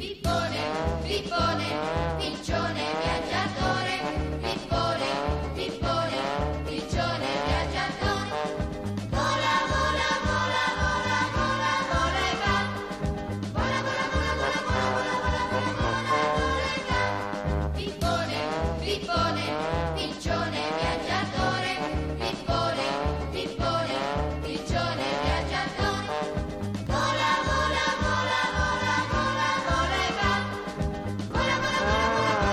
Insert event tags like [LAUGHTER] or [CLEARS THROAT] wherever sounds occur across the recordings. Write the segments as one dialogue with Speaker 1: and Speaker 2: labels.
Speaker 1: Pippone, pippone, piccione viaggiatore, pippone, pippone, piccione viaggiatore, vola, vola, vola, vola, vola, vola e va, vola, vola, vola, vola, vola, vola, vola, vola, vola, vola e va, pippone, pippone, piccione viaggiatore, pippone, pippone, piccione viaggiatore, vola, vola, vola, vola, vola, vola e va, vola, vola, vola, vola, vola, vola, vola, vola, vola, vola.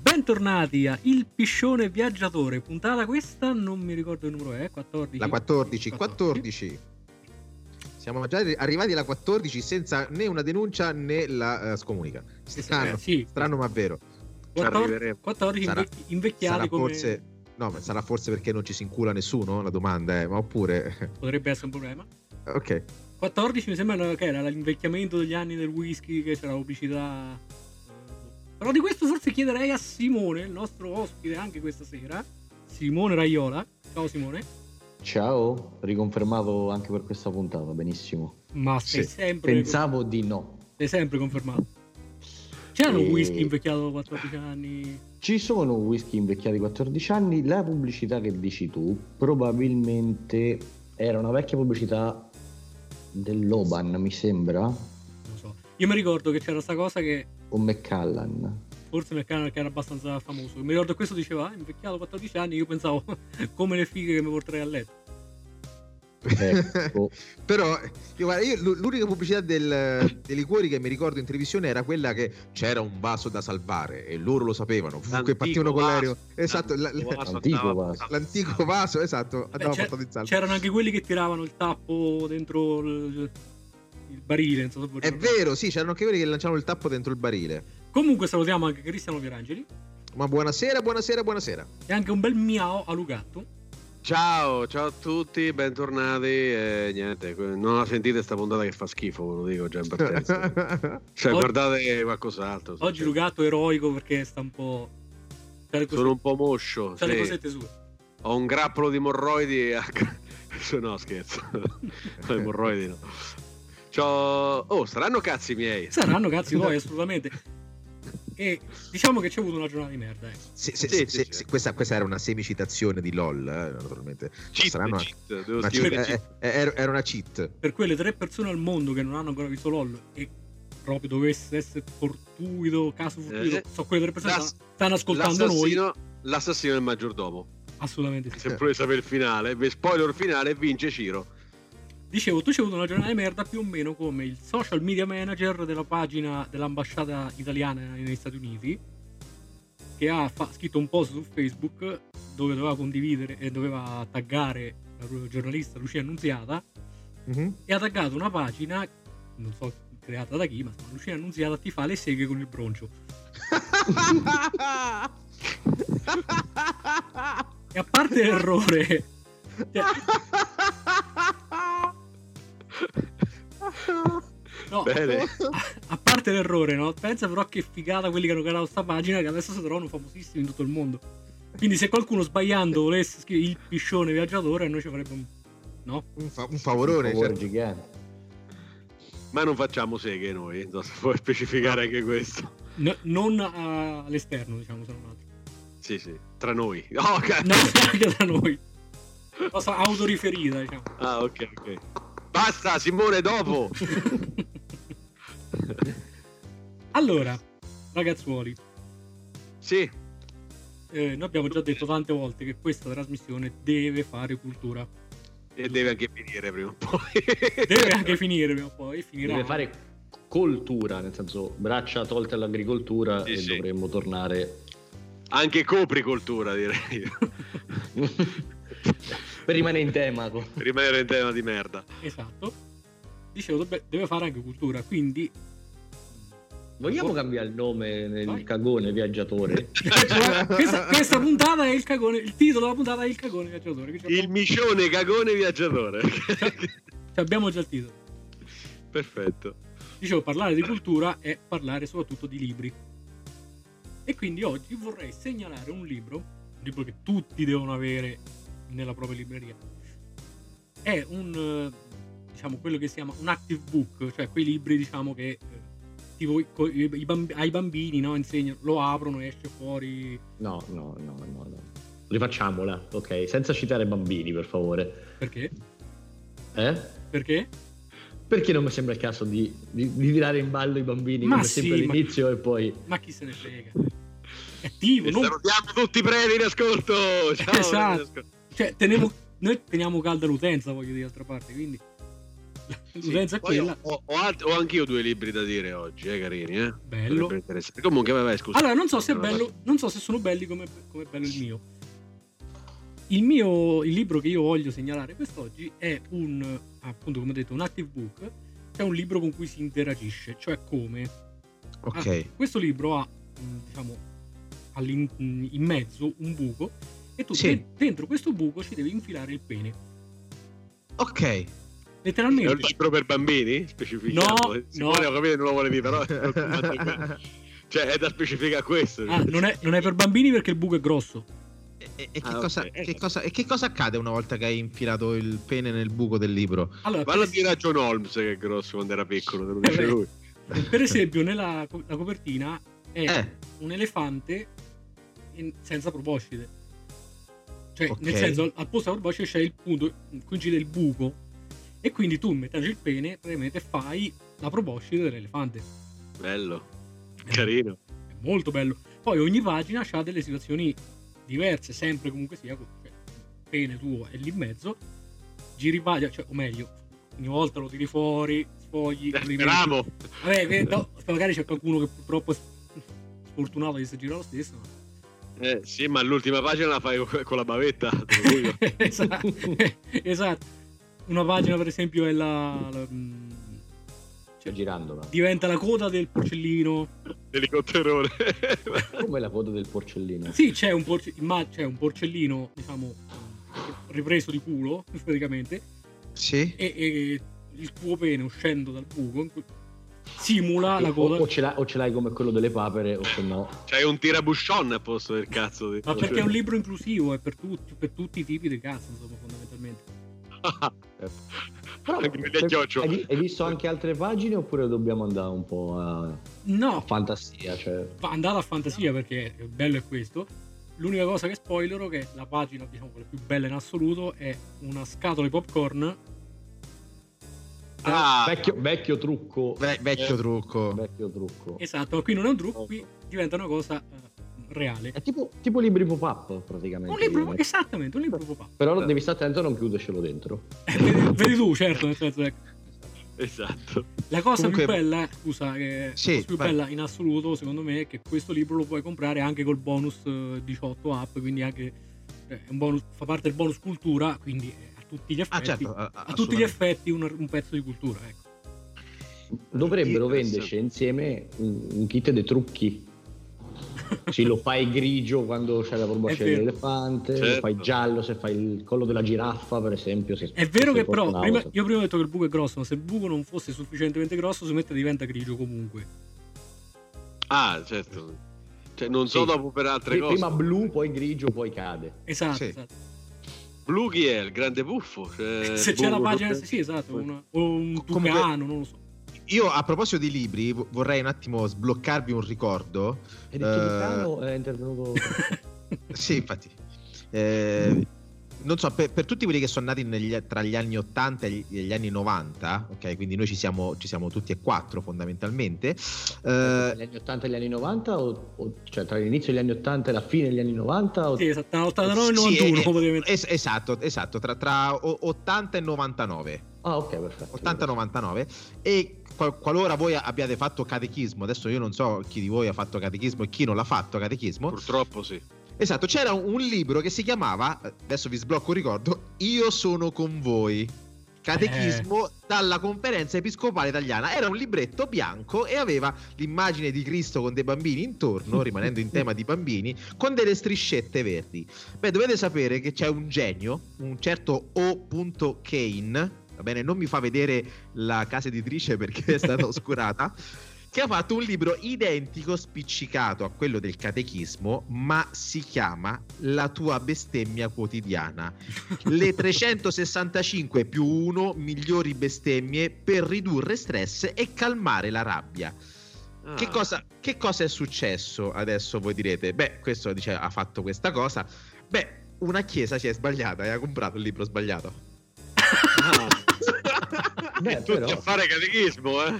Speaker 2: Bentornati a Il Piscione Viaggiatore, puntata questa, non mi ricordo il numero, è 14.
Speaker 3: La 14, 14. Siamo già arrivati alla 14 senza né una denuncia né la eh, scomunica. Strano,
Speaker 2: Eh, sì.
Speaker 3: strano ma vero. Ci
Speaker 2: 14,
Speaker 3: arriveremo.
Speaker 2: 14
Speaker 3: Sarà-
Speaker 2: invecchi- invecchiati
Speaker 3: sarà
Speaker 2: come...
Speaker 3: forse, no, ma sarà forse perché non ci si incula nessuno? La domanda è, ma oppure...
Speaker 2: Potrebbe essere un problema.
Speaker 3: ok,
Speaker 2: 14 mi sembra una- che era l'invecchiamento degli anni del whisky, che c'era pubblicità... Però di questo forse chiederei a Simone, il nostro ospite anche questa sera, Simone Raiola. Ciao Simone.
Speaker 4: Ciao, riconfermato anche per questa puntata, benissimo.
Speaker 2: Ma sei
Speaker 4: Sì.
Speaker 2: sempre...
Speaker 4: Pensavo di no.
Speaker 2: Sei sempre confermato. C'erano
Speaker 4: E-
Speaker 2: whisky invecchiato da 14 anni?
Speaker 4: Ci sono whisky invecchiati 14 anni, la pubblicità che dici tu probabilmente era una vecchia pubblicità dell'Oban, mi sembra, o
Speaker 2: Io mi ricordo che c'era sta cosa che
Speaker 4: McCallan.
Speaker 2: Forse McCann che era abbastanza famoso. Mi ricordo che questo diceva, ah, invecchiato 14 anni, io pensavo come le fighe che mi porterei a letto.
Speaker 4: Ecco,
Speaker 3: Però io, guarda, io l'u- l'unica pubblicità del- dei liquori che mi ricordo in televisione era quella che c'era un vaso da salvare e loro lo sapevano. fu- Che
Speaker 5: L'antico
Speaker 3: partivano con
Speaker 5: vaso,
Speaker 3: l'aereo. Esatto, la-
Speaker 5: l'antico vaso Eh,
Speaker 4: Antico
Speaker 5: andava-
Speaker 4: vaso.
Speaker 3: l'antico vaso, esatto,
Speaker 2: Beh,
Speaker 3: andava
Speaker 2: c'è-
Speaker 3: portato in salvo.
Speaker 2: c'erano anche quelli che tiravano il tappo dentro il, il barile. non so se voi
Speaker 3: È
Speaker 2: ricordate.
Speaker 3: vero, sì, c'erano anche quelli che lanciavano il tappo dentro il barile.
Speaker 2: Comunque salutiamo anche Cristiano Pierangeli
Speaker 3: Ma buonasera, buonasera, buonasera.
Speaker 2: e anche un bel miao a Lugatto.
Speaker 5: Ciao, ciao a tutti, bentornati. E niente, que- non la sentite sta puntata che fa schifo, ve lo dico già in
Speaker 3: [LAUGHS]
Speaker 5: partenza. Cioè,
Speaker 2: Oggi-
Speaker 5: guardate qualcos'altro.
Speaker 2: Oggi
Speaker 5: sì.
Speaker 2: Lugatto è eroico perché sta un po'... C'ha le, cosette,
Speaker 5: Sono un po' moscio.
Speaker 2: c'ha le
Speaker 5: sì.
Speaker 2: cosette sue.
Speaker 5: Ho un grappolo di morroidi. a- [LAUGHS] no,
Speaker 3: [LAUGHS]
Speaker 5: scherzo. no, i morroidi no. C'ho- Oh, saranno cazzi miei.
Speaker 2: Saranno cazzi
Speaker 5: [LAUGHS]
Speaker 2: voi, assolutamente. E diciamo che c'è avuto una giornata di merda. Ecco.
Speaker 3: Se- se-
Speaker 5: Sì,
Speaker 3: se-
Speaker 5: sì,
Speaker 3: se-
Speaker 5: sì.
Speaker 3: se- questa, questa era una semicitazione di LOL, eh, naturalmente.
Speaker 5: Cheat,
Speaker 3: Saranno anche-
Speaker 5: cheat, devo
Speaker 3: una
Speaker 5: scrivere
Speaker 3: cheat-
Speaker 5: cheat.
Speaker 3: eh, eh, era, era una cheat.
Speaker 2: per quelle tre persone al mondo che non hanno ancora visto LOL e proprio dovesse essere fortuito, caso fortuito,
Speaker 5: Eh,
Speaker 2: so quelle tre persone
Speaker 5: l'ass-
Speaker 2: stanno- stanno ascoltando noi.
Speaker 5: L'assassino- L'assassino è il maggiordomo.
Speaker 2: Assolutamente sì.
Speaker 4: Eh.
Speaker 5: Se volete sapere il finale, ve- spoiler finale, vince Ciro.
Speaker 2: Dicevo, tu c'è avuto una giornata di merda più o meno come il social media manager della pagina dell'ambasciata italiana negli Stati Uniti, che ha fa- scritto un post su Facebook dove doveva condividere e doveva taggare la ru- giornalista Lucia Annunziata
Speaker 3: Mhm.
Speaker 2: e ha taggato una pagina, non so creata da chi, ma Lucia Annunziata ti fa le seghe con il broncio. E a parte l'errore, cioè, no, [LAUGHS]
Speaker 5: Bene.
Speaker 2: a parte l'errore, no? Pensa però che figata quelli che hanno creato sta pagina che adesso si trovano famosissimi in tutto il mondo. Quindi se qualcuno sbagliando volesse scrivere il piscione viaggiatore, a noi ci farebbe un... No?
Speaker 3: un, fa- un favorone.
Speaker 4: favore
Speaker 3: certo.
Speaker 4: gigante.
Speaker 5: Ma non facciamo seghe noi, non so se puoi specificare anche questo.
Speaker 2: No- non ah, all'esterno, diciamo, sono nati.
Speaker 5: Sì, sì, tra noi. [LAUGHS] Oh, cazzo.
Speaker 2: [LAUGHS] No, anche da noi. Cosa autoriferita, diciamo.
Speaker 5: Ah, ok, ok. Basta, Simone, dopo!
Speaker 2: Allora, ragazzuoli.
Speaker 5: Sì.
Speaker 2: Eh, noi abbiamo già detto tante volte che questa trasmissione deve fare cultura.
Speaker 5: E deve anche finire prima o poi. [LAUGHS]
Speaker 2: Deve anche finire prima o poi. Finirà.
Speaker 4: Deve fare coltura, nel senso braccia tolte all'agricoltura
Speaker 5: Sì,
Speaker 4: e
Speaker 5: sì.
Speaker 4: Eh, dovremmo tornare
Speaker 5: Anche copricoltura, direi.
Speaker 4: [LAUGHS] per rimanere in tema. co-
Speaker 5: Rimanere in tema di merda.
Speaker 2: Esatto. Dicevo, dovrebbe- deve fare anche cultura, quindi
Speaker 4: Vogliamo cambiare il nome nel
Speaker 2: Vai.
Speaker 4: cagone viaggiatore?
Speaker 2: [LAUGHS] questa, questa puntata è il cagone, il titolo della puntata è il cagone viaggiatore. che ci
Speaker 5: Il micione cagone viaggiatore.
Speaker 2: [LAUGHS] ci abbiamo già il titolo.
Speaker 5: Perfetto.
Speaker 2: Dicevo, parlare di cultura è parlare soprattutto di libri. E quindi oggi vorrei segnalare un libro, un libro che tutti devono avere nella propria libreria. È un, eh, diciamo, quello che si chiama un active book, cioè quei libri, diciamo, che eh, tipo, i- co- i- i bamb- ai bambini no, insegnano, lo aprono e esce fuori
Speaker 4: No, no, no, no, no. Rifacciamola, ok? Senza citare bambini, per favore.
Speaker 2: Perché?
Speaker 4: Eh?
Speaker 2: Perché?
Speaker 4: Perché non mi sembra il caso di, di- di tirare in ballo i bambini
Speaker 2: Ma
Speaker 4: come sempre
Speaker 2: sì, ma-
Speaker 4: all'inizio e poi...
Speaker 2: Ma chi se ne frega? È attivo,
Speaker 5: E
Speaker 2: non...
Speaker 5: salutiamo tutti i preti in
Speaker 2: [LAUGHS]
Speaker 5: ascolto. Ciao, preti in
Speaker 2: Esatto.
Speaker 5: ascolto.
Speaker 2: cioè, teniamo- noi teniamo calda l'utenza, voglio dire, d'altra parte, quindi
Speaker 5: Sì,
Speaker 2: l'utenza è
Speaker 5: poi
Speaker 2: quella.
Speaker 5: Ho, ho, alt- ho anch'io due libri da dire oggi, eh, carini. Eh?
Speaker 2: Bello.
Speaker 5: Potrebbero interessare. Comunque, vabbè, scusa.
Speaker 2: Allora, non so se è
Speaker 5: Vabbè.
Speaker 2: bello, non so se sono belli come, come è bello il mio. Il mio, il libro che io voglio segnalare quest'oggi è un, appunto, come ho detto, un active book, che è un libro con cui si interagisce, cioè come
Speaker 3: Ok.
Speaker 2: Ah, questo libro ha, mh, diciamo, all'in- mh, in mezzo un buco e tu
Speaker 3: Sì.
Speaker 2: de- dentro questo buco ci devi infilare il pene.
Speaker 3: Ok.
Speaker 5: È un
Speaker 2: Letteralmente.
Speaker 5: libro per bambini? Specifichiamo.
Speaker 2: No,
Speaker 5: eh. Simone,
Speaker 2: no.
Speaker 5: ho capito, non lo vuole dire, però.
Speaker 2: [LAUGHS]
Speaker 5: [LAUGHS] cioè, è da specificare questo.
Speaker 2: Ah, non, è, non è per bambini perché il buco è grosso.
Speaker 3: E, e- e che
Speaker 5: Ah, ok.
Speaker 3: cosa, che cosa- e che cosa accade una volta che hai infilato il pene nel buco del libro?
Speaker 2: Allora, per,
Speaker 5: [LAUGHS] Parla di a John Holmes, che è grosso quando era piccolo, te lo dice
Speaker 2: Eh, beh.
Speaker 5: lui.
Speaker 3: [LAUGHS]
Speaker 2: per esempio, nella co- la copertina è
Speaker 3: Eh.
Speaker 2: un elefante in- senza proboscide. Cioè,
Speaker 3: Ok.
Speaker 2: nel senso, al- al posto della proboscide c'è il punto, coincide il buco. E quindi tu, mettendoci il pene, praticamente fai la proboscide dell'elefante.
Speaker 5: Bello, carino.
Speaker 2: È molto bello. Poi ogni pagina ha delle situazioni diverse, sempre comunque sia, co- cioè, il pene tuo è lì in mezzo, giri pagina, cioè, o meglio, ogni volta lo tiri fuori, sfogli, lo rimetti.
Speaker 5: Bravo.
Speaker 2: Vabbè, que- no, magari c'è qualcuno che purtroppo è sfortunato di girare lo stesso. ma-
Speaker 5: Eh, sì, ma l'ultima pagina la fai co- con la bavetta. te lo
Speaker 2: [LAUGHS]
Speaker 5: dico.
Speaker 2: esatto. esatto. Una pagina, per esempio, è la, la- mm,
Speaker 4: Cioè, girandola.
Speaker 2: diventa la coda del porcellino.
Speaker 5: L'elicotterone. [LAUGHS]
Speaker 2: [LAUGHS]
Speaker 4: Come la foto del porcellino.
Speaker 2: Sì, c'è un, porce- ma c'è un porcellino, diciamo, ripreso di culo, [LAUGHS] praticamente,
Speaker 3: Eh, Sì.
Speaker 2: e, e il tuo pene uscendo dal buco in cui- simula la
Speaker 4: O, o
Speaker 2: coda.
Speaker 4: ce l'hai, o ce l'hai come quello delle papere o se no...
Speaker 5: C'hai un tirabuscion a posto del cazzo. Di...
Speaker 2: Ma perché è
Speaker 4: certo. [LAUGHS]
Speaker 2: un libro inclusivo, è per tutti, per tutti i tipi di cazzo, insomma, fondamentalmente.
Speaker 5: Però, anche per gli acchioccio.
Speaker 4: hai, hai visto anche altre pagine oppure dobbiamo andare un po' a, a
Speaker 2: No,
Speaker 4: fantasia? Cioè,
Speaker 2: fa- andate a fantasia perché il bello è questo. L'unica cosa che spoilero è che la pagina, diciamo, quella più bella in assoluto è una scatola di popcorn.
Speaker 5: [LAUGHS] Ah,
Speaker 4: vecchio, vecchio trucco.
Speaker 3: Ve-
Speaker 5: Eh.
Speaker 3: vecchio trucco.
Speaker 4: Vecchio trucco.
Speaker 2: Esatto, ma qui non è un trucco, qui
Speaker 4: Oh.
Speaker 2: diventa una cosa eh, reale.
Speaker 4: È tipo, tipo libri pop-up praticamente.
Speaker 2: Un libro, esattamente, un libro pop-up.
Speaker 4: Però non devi stare attento a non chiudercelo dentro.
Speaker 2: vedi, vedi tu, certo, nel senso, ecco.
Speaker 5: Esatto.
Speaker 2: La cosa
Speaker 3: Comunque-
Speaker 2: più bella, scusa, che
Speaker 3: Sì,
Speaker 2: la cosa più
Speaker 3: vai.
Speaker 2: bella in assoluto, secondo me, è che questo libro lo puoi comprare anche col bonus eh, 18 app, quindi anche eh, è un bonus- fa parte del bonus cultura, quindi è a tutti gli effetti,
Speaker 3: Ah, certo. a- a-
Speaker 2: a tutti gli
Speaker 3: assolutamente.
Speaker 2: effetti un, un pezzo di cultura, ecco.
Speaker 4: Dovrebbero
Speaker 3: Eh,
Speaker 5: Interessante.
Speaker 4: venderci insieme un, un kit dei trucchi. Sì, lo fai grigio quando c'è la proboscide
Speaker 2: È vero.
Speaker 4: dell'elefante, lo
Speaker 5: Certo.
Speaker 4: fai giallo se fai il collo della giraffa, per esempio. se-
Speaker 2: È vero
Speaker 4: se
Speaker 2: che però,
Speaker 4: porta
Speaker 2: prima-
Speaker 4: una
Speaker 2: io prima ho detto che il buco è grosso, ma se il buco non fosse sufficientemente grosso, si mette diventa grigio comunque.
Speaker 5: Ah, certo. Cioè, non so
Speaker 4: Sì.
Speaker 5: dopo per altre
Speaker 4: Pri-
Speaker 5: cose.
Speaker 4: Prima blu, poi grigio, poi cade.
Speaker 2: Esatto,
Speaker 3: Sì.
Speaker 2: esatto.
Speaker 5: Blu chi è? Il grande buffo? Cioè,
Speaker 4: Eh,
Speaker 2: [LAUGHS] se c'è
Speaker 5: boh,
Speaker 2: la pagina,
Speaker 5: boh,
Speaker 2: sì, esatto, una- o un
Speaker 3: Comunque-
Speaker 4: [LAUGHS]
Speaker 2: tucano, non lo so.
Speaker 3: Io a proposito di libri vo- vorrei un attimo sbloccarvi un ricordo.
Speaker 4: Enrico
Speaker 3: Eh,
Speaker 4: Lucano è intervenuto.
Speaker 3: sì, infatti. Eh, non so, per, per tutti quelli che sono nati negli- tra gli anni 80 e gli, e gli anni 90, ok? Quindi noi ci siamo, ci siamo tutti e quattro fondamentalmente. Eh,
Speaker 4: negli anni 80 e gli anni 90? O, o- cioè tra l'inizio degli anni 80 e la fine degli anni 90? O...
Speaker 2: Sì, esatto, tra 89 e
Speaker 3: sì,
Speaker 2: 91
Speaker 3: eh,
Speaker 2: praticamente.
Speaker 3: es- esatto, esatto, tra, tra o- 80 e 99.
Speaker 4: Ah, ok, perfetto.
Speaker 3: 80-99 e qual- qualora voi abbiate fatto catechismo, adesso io non so chi di voi ha fatto catechismo e chi non l'ha fatto catechismo.
Speaker 5: Purtroppo
Speaker 4: [LAUGHS]
Speaker 5: sì.
Speaker 3: Esatto, c'era un, un libro che si chiamava, adesso vi sblocco il ricordo, Io sono con voi. Catechismo dalla conferenza episcopale italiana. Era un libretto bianco e aveva l'immagine di Cristo con dei bambini intorno, rimanendo in tema di bambini, con delle striscette verdi. Beh, dovete sapere che c'è un genio, un certo O. Kane. Va bene, non mi fa vedere la casa editrice perché è stata oscurata. Che ha fatto un libro identico, spiccicato a quello del catechismo, ma si chiama La tua bestemmia quotidiana. Le 365 più 1 migliori bestemmie per ridurre stress e calmare la rabbia.
Speaker 5: Ah.
Speaker 3: Che cosa, che cosa è successo adesso voi direte? Beh, questo dice, ha fatto questa cosa. Beh, una chiesa si è sbagliata e ha comprato il libro sbagliato.
Speaker 5: Ah.
Speaker 3: [LAUGHS]
Speaker 4: Beh,
Speaker 5: Tutti
Speaker 4: però,
Speaker 5: a fare catechismo,
Speaker 4: [LAUGHS]
Speaker 5: eh?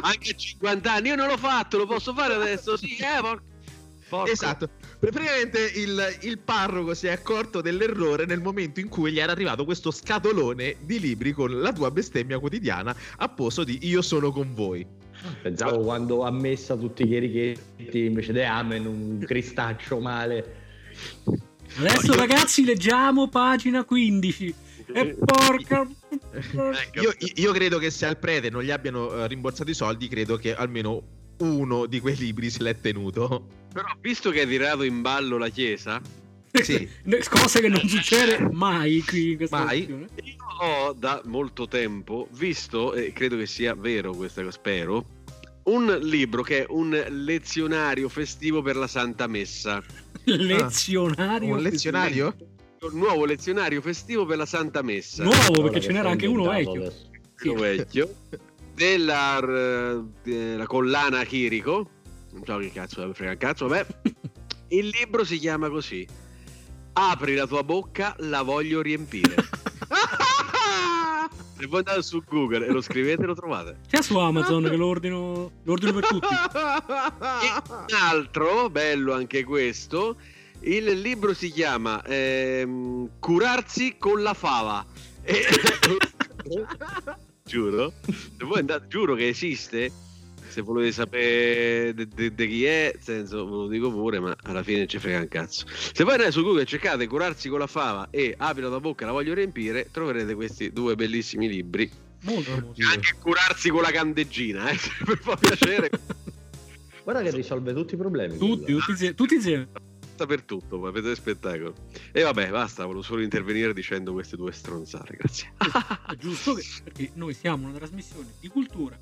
Speaker 5: Anche a 50 anni. Io non l'ho fatto, lo posso fare adesso, sì, eh? por- porco.
Speaker 3: Esatto, praticamente il, il parroco si è accorto dell'errore nel momento in cui gli era arrivato questo scatolone di libri con la tua bestemmia quotidiana a posto di Io sono con voi.
Speaker 4: Pensavo quando ha messa tutti i righetti invece di Amen, un cristaccio male.
Speaker 2: Adesso ragazzi leggiamo pagina 15.
Speaker 5: Eh,
Speaker 2: E porca...
Speaker 3: Io, io credo che se al prete non gli abbiano eh, rimborsato i soldi, credo che almeno uno di quei libri se l'è
Speaker 2: [LAUGHS]
Speaker 3: tenuto.
Speaker 5: Però visto che hai tirato in ballo la chiesa,
Speaker 3: Sì,
Speaker 2: Cosa che non succede mai qui in questa
Speaker 3: Mai.
Speaker 4: Ah.
Speaker 2: edizione.
Speaker 5: io ho da molto tempo visto, e credo che sia vero questa cosa, spero, un libro che è un lezionario festivo per la Santa Messa.
Speaker 2: Lezionario.
Speaker 3: un lezionario?
Speaker 5: Un nuovo lezionario festivo per la Santa Messa.
Speaker 2: Nuovo,
Speaker 4: Guarda
Speaker 2: perché
Speaker 4: che
Speaker 2: ce n'era anche
Speaker 4: sto
Speaker 2: uno
Speaker 4: inventando
Speaker 2: vecchio.
Speaker 4: adesso.
Speaker 5: quello vecchio della, eh, della collana Chirico non so che cazzo me frega un cazzo vabbè il libro si chiama così apri la tua bocca la voglio riempire se voi andate su Google e lo scrivete lo trovate
Speaker 2: C'è su
Speaker 4: Ah.
Speaker 2: Amazon che lo ordino, lo ordino per tutti.
Speaker 5: e un altro bello anche questo il libro si chiama ehm, curarsi con la fava
Speaker 2: [LAUGHS]
Speaker 5: E- giuro se voi andate- giuro che esiste se volete sapere de- de- de chi è nel senso ve lo dico pure ma alla fine ci frega un cazzo se voi andate su Google e cercate curarsi con la fava e apri la bocca la voglio riempire troverete questi due bellissimi libri
Speaker 2: Molto, molto.
Speaker 5: E anche curarsi con la candeggina eh, [LAUGHS] per far piacere
Speaker 4: Guarda che risolve tutti i problemi.
Speaker 2: Tutti,
Speaker 4: quello.
Speaker 2: tutti insieme. Tutti insieme.
Speaker 5: dappertutto, ma vedete spettacolo. E vabbè, basta, volevo solo intervenire dicendo queste due stronzate, grazie. [LAUGHS]
Speaker 2: Ah, giusto che, perché noi siamo una trasmissione di cultura.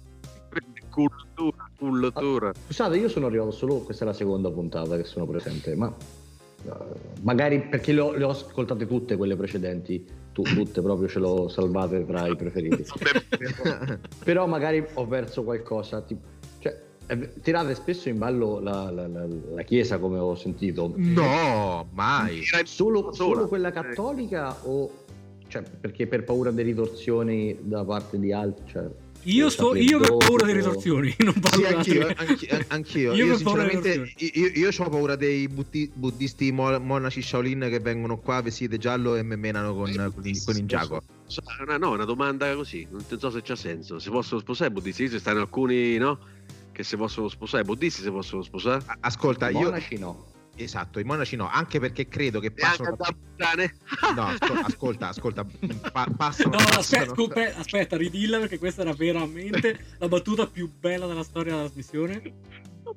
Speaker 5: cultura, cultura.
Speaker 4: Scusate, io sono arrivato solo, questa è la seconda puntata che sono presente, ma eh, magari perché le ho, le ho ascoltate tutte quelle precedenti, tu- tutte proprio ce l'ho salvate tra i preferiti. Però magari ho perso qualcosa, tipo, cioè, eh, tirate spesso in ballo la, la- la- la chiesa come ho sentito,
Speaker 3: [LAUGHS] No, mai.
Speaker 5: Era
Speaker 4: solo,
Speaker 5: sola.
Speaker 4: solo quella cattolica o... Cioè, perché per paura delle ritorsioni da parte di altri... Cioè,
Speaker 2: [LAUGHS] Io,
Speaker 4: del
Speaker 2: sto, io per paura delle
Speaker 4: sacerdote.
Speaker 2: ritorsioni, [LAUGHS] non parlo
Speaker 3: Sì,
Speaker 2: di
Speaker 3: anch'io,
Speaker 2: altri.
Speaker 3: anch'io, anch'io.
Speaker 2: eh. [LAUGHS] Io
Speaker 3: Io,
Speaker 2: per paura delle
Speaker 3: sinceramente, io, ho paura dei butti- buddisti mo- monaci Shaolin che vengono qua vestiti giallo e me menano con, con, il- con il giaco.
Speaker 5: So- Eh, una- no, una domanda così, non so se c'ha senso. Si possono sposare i buddisti? Ci stanno alcuni, no? Che si possono sposare, i buddisti si possono sposare?
Speaker 3: A- Ascolta,
Speaker 4: I
Speaker 3: io
Speaker 4: monaci no.
Speaker 3: esatto, i monaci no, anche perché credo che
Speaker 4: Eh,
Speaker 5: E anche
Speaker 3: passano
Speaker 5: a
Speaker 3: da-
Speaker 5: Tabbane?
Speaker 3: No, asco- ascolta, ascolta, mm, pa- passano
Speaker 2: No,
Speaker 3: passano-
Speaker 2: aspetta, scusa, aspetta, ridilla perché questa era veramente la battuta più bella della storia
Speaker 3: [LAUGHS]
Speaker 2: della trasmissione.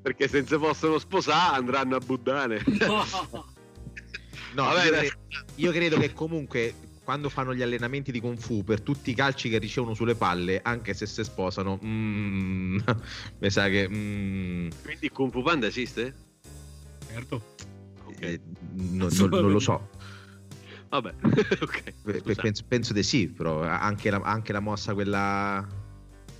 Speaker 5: Perché se non si possono sposare andranno a Buddane.
Speaker 2: Certo.
Speaker 3: No,
Speaker 5: Vabbè,
Speaker 3: io,
Speaker 5: dai.
Speaker 3: cre- io credo che comunque quando fanno gli allenamenti di Kung Fu per tutti i calci che ricevono sulle palle, anche se si sposano, mm, [LAUGHS] mi sa che mm,
Speaker 5: Quindi Kung Fu Panda esiste?
Speaker 2: Certo.
Speaker 3: eh, no- no- non lo so.
Speaker 5: Vabbè, [LAUGHS] ok.
Speaker 3: Pe- pe-
Speaker 5: scusa.
Speaker 3: penso, penso di sì, però anche la, anche la mossa quella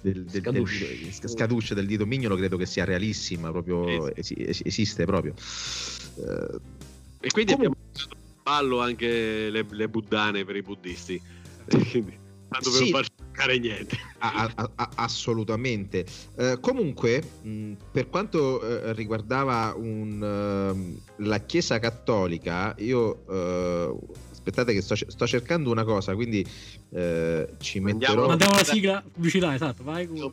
Speaker 3: del, del,
Speaker 4: Scaduce.
Speaker 3: del dito- sc- scaduce del dito mignolo credo che sia realissima, proprio esi- es- esiste proprio. Eh,
Speaker 5: E quindi abbiamo messo in ballo anche le, le buddane per i buddisti. [LAUGHS] Quindi, tanto per
Speaker 3: Sì.
Speaker 5: non far cercare niente.
Speaker 3: a- a- a- assolutamente. Eh, comunque, mh, per quanto eh, riguardava un, ehm, la Chiesa Cattolica, io eh, aspettate che sto, ce- sto cercando una cosa, quindi eh, ci metterò...
Speaker 2: Mandiamo la sigla pubblicità, esatto, vai. Gu.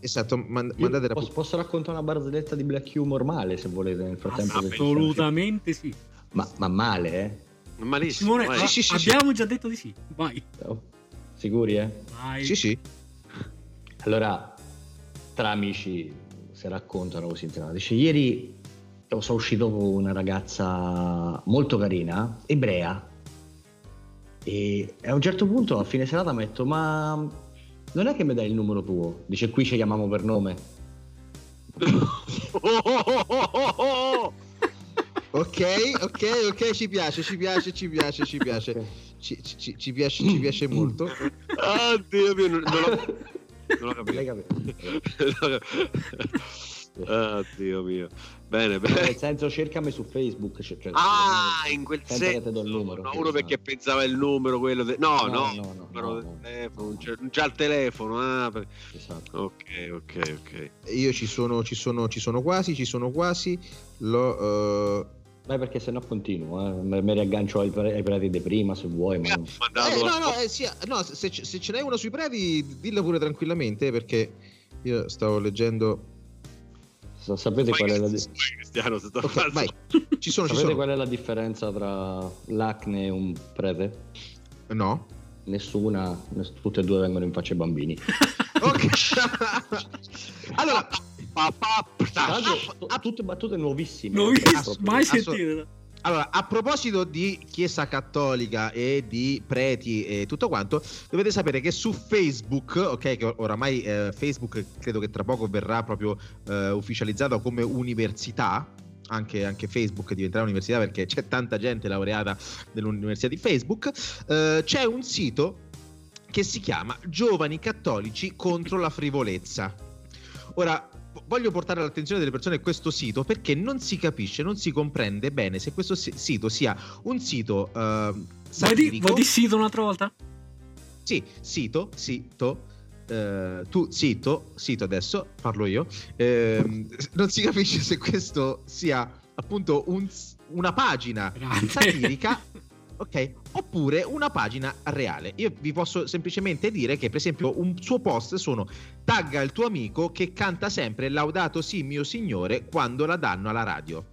Speaker 3: Esatto, man-
Speaker 4: Io
Speaker 3: mandate la
Speaker 4: posso, posso raccontare una barzelletta di Black Humor male se volete nel frattempo? che-
Speaker 2: Assolutamente sì.
Speaker 4: Ma, ma male, eh?
Speaker 5: Malissimo.
Speaker 2: Simone,
Speaker 5: vai.
Speaker 2: ah, abbiamo già detto di sì. Vai.
Speaker 4: Oh, Sicuri, eh?
Speaker 2: vai.
Speaker 3: Sì, sì.
Speaker 4: Allora, tra amici se raccontano così tra Dice, ieri sono uscito con una ragazza molto carina, ebrea, e a un certo punto a fine serata mi ha detto, ma non è che mi dai il numero tuo? Dice, qui ci chiamiamo per nome.
Speaker 5: [LAUGHS] Oh, oh, oh, oh, oh, oh, oh.
Speaker 3: Ok, ok, ok, ci piace, ci piace, ci piace, ci piace. Ci, ci- ci- ci piace, ci piace molto.
Speaker 5: Oddio mio, non, non l'ho, non l'ho capito.
Speaker 4: L'hai capito?
Speaker 5: Oddio mio. Bene, bene.
Speaker 4: Nel senso, cercami su Facebook. cioè- cioè-
Speaker 5: Ah, in quel
Speaker 4: Sento che te do il
Speaker 5: senso.
Speaker 4: numero.
Speaker 5: No, uno perché pensava il numero, quello de- No, no,
Speaker 4: no, no,
Speaker 5: numero
Speaker 4: no,
Speaker 5: del
Speaker 4: no.
Speaker 5: telefono, non c'è- non c'ha il telefono. ah, per-
Speaker 4: Esatto.
Speaker 5: Ok, ok, ok.
Speaker 3: Io ci sono, ci sono, ci sono quasi, ci sono quasi. L'ho, eh,
Speaker 4: Beh, perché sennò continuo, eh. mi mi riaggancio ai, pre- ai preti di prima se vuoi, ma...
Speaker 5: Ho mandato
Speaker 3: Eh,
Speaker 5: la-
Speaker 3: no, no, eh, sì, no, se, se ce n'è uno sui preti, dilla pure tranquillamente perché io stavo leggendo.
Speaker 4: Sa- Sapete,
Speaker 5: Vai,
Speaker 4: qual è, la di-
Speaker 5: Cristiano, Cristiano, se sto
Speaker 3: Ok, vai. Ci sono, ci
Speaker 4: sapete
Speaker 3: sono.
Speaker 4: qual è la differenza tra l'acne e un prete?
Speaker 3: No.
Speaker 4: Nessuna, ness- tutte e due vengono in faccia ai bambini.
Speaker 3: Ok. allora,
Speaker 4: Tra l'altro, to-
Speaker 3: Ah,
Speaker 4: tutte battute nuovissime.
Speaker 2: Non vi-
Speaker 4: Proprio.
Speaker 2: mai
Speaker 3: assu-
Speaker 2: sentite.
Speaker 3: Allora, a proposito di Chiesa Cattolica e di preti e tutto quanto, dovete sapere che su Facebook, ok, che oramai eh, Facebook credo che tra poco verrà proprio eh, ufficializzato come università, anche, anche Facebook diventerà università perché c'è tanta gente laureata nell'università di Facebook, eh, c'è un sito che si chiama Giovani Cattolici contro la frivolezza. Ora, voglio portare all'attenzione delle persone questo sito perché non si capisce, non si comprende bene se questo si- sito sia un sito eh,
Speaker 2: Vuoi di,
Speaker 3: satirico.
Speaker 2: vuoi di sito un'altra volta?
Speaker 3: Sì, sito, sito. eh, tu sito, sito adesso parlo io. ehm, non si capisce se questo sia appunto un s- una pagina
Speaker 2: Grande.
Speaker 3: satirica, ok, oppure una pagina reale. Io vi posso semplicemente dire che, per esempio, un suo post sono tagga il tuo amico che canta sempre Laudato sì, mio signore, quando la danno alla radio.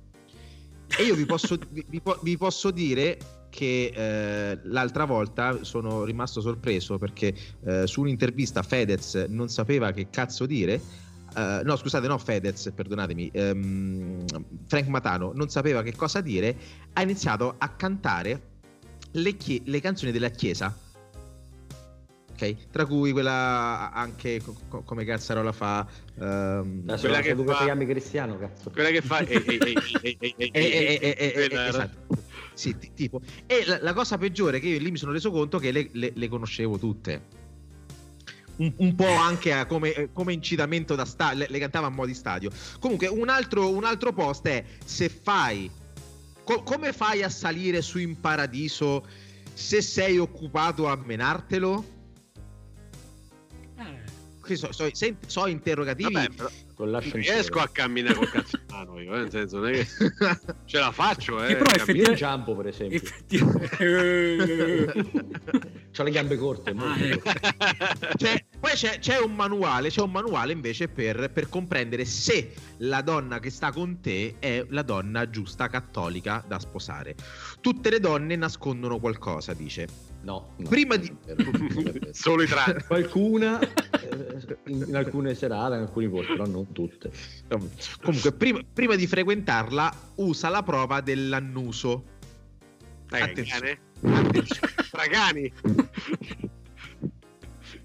Speaker 3: E io vi posso, vi- vi po- vi posso dire che eh, l'altra volta sono rimasto sorpreso perché eh, su un'intervista Fedez non sapeva che cazzo dire. eh, no, scusate, no, Fedez, perdonatemi. ehm, Frank Matano non sapeva che cosa dire. Ha iniziato a cantare le, chie- le canzoni della Chiesa. Ok? Tra cui quella anche co- co- come Cazzarola fa. ehm,
Speaker 4: Eh,
Speaker 5: Quella
Speaker 4: se- se
Speaker 5: che
Speaker 4: tu
Speaker 5: fa-
Speaker 4: ti chiami
Speaker 5: [LAUGHS]
Speaker 4: cristiano, cazzo.
Speaker 5: Quella che fa. Ehi, ehi, ehi, ehi, ehi,
Speaker 3: Eh, eh, eh, eh, eh,
Speaker 5: quella-
Speaker 3: esatto. Sì, ti- tipo. E la, la cosa peggiore che io lì mi sono reso conto che le, le- le conoscevo tutte. Un, un po' anche a- come, eh, come incitamento da stadio, le, le cantava a mo' di stadio. Comunque, un altro, un altro post è se fai. co- come fai a salire su in paradiso se sei occupato a menartelo?
Speaker 2: Eh,
Speaker 3: Questi So, so- se- so interrogativi.
Speaker 5: Vabbè, però
Speaker 4: Con
Speaker 5: non
Speaker 4: l'ascensore.
Speaker 5: riesco a camminare col cazzo in mano io, eh, nel senso, non è che
Speaker 3: [LAUGHS]
Speaker 5: ce la faccio, eh.
Speaker 2: Che però
Speaker 5: cammin-
Speaker 4: Io inciampo, per esempio.
Speaker 2: effettivamente.
Speaker 4: Ho le gambe corte, molto.
Speaker 2: Ah, ecco.
Speaker 3: Cioè, poi c'è, c'è un manuale, c'è un manuale invece per, per comprendere se la donna che sta con te è la donna giusta cattolica da sposare. Tutte le donne nascondono qualcosa, dice.
Speaker 4: No, no. Eh,
Speaker 3: Prima di-
Speaker 5: [LAUGHS] Solo i tratti.
Speaker 4: Qualcuna, eh, in in alcune serate, in alcuni posti, però non tutte.
Speaker 3: Insomma, Comunque, prima, prima di frequentarla, usa la prova dell'annuso.
Speaker 5: Dai,
Speaker 3: Attenzione.
Speaker 5: cane. Attenzione. Tra cani.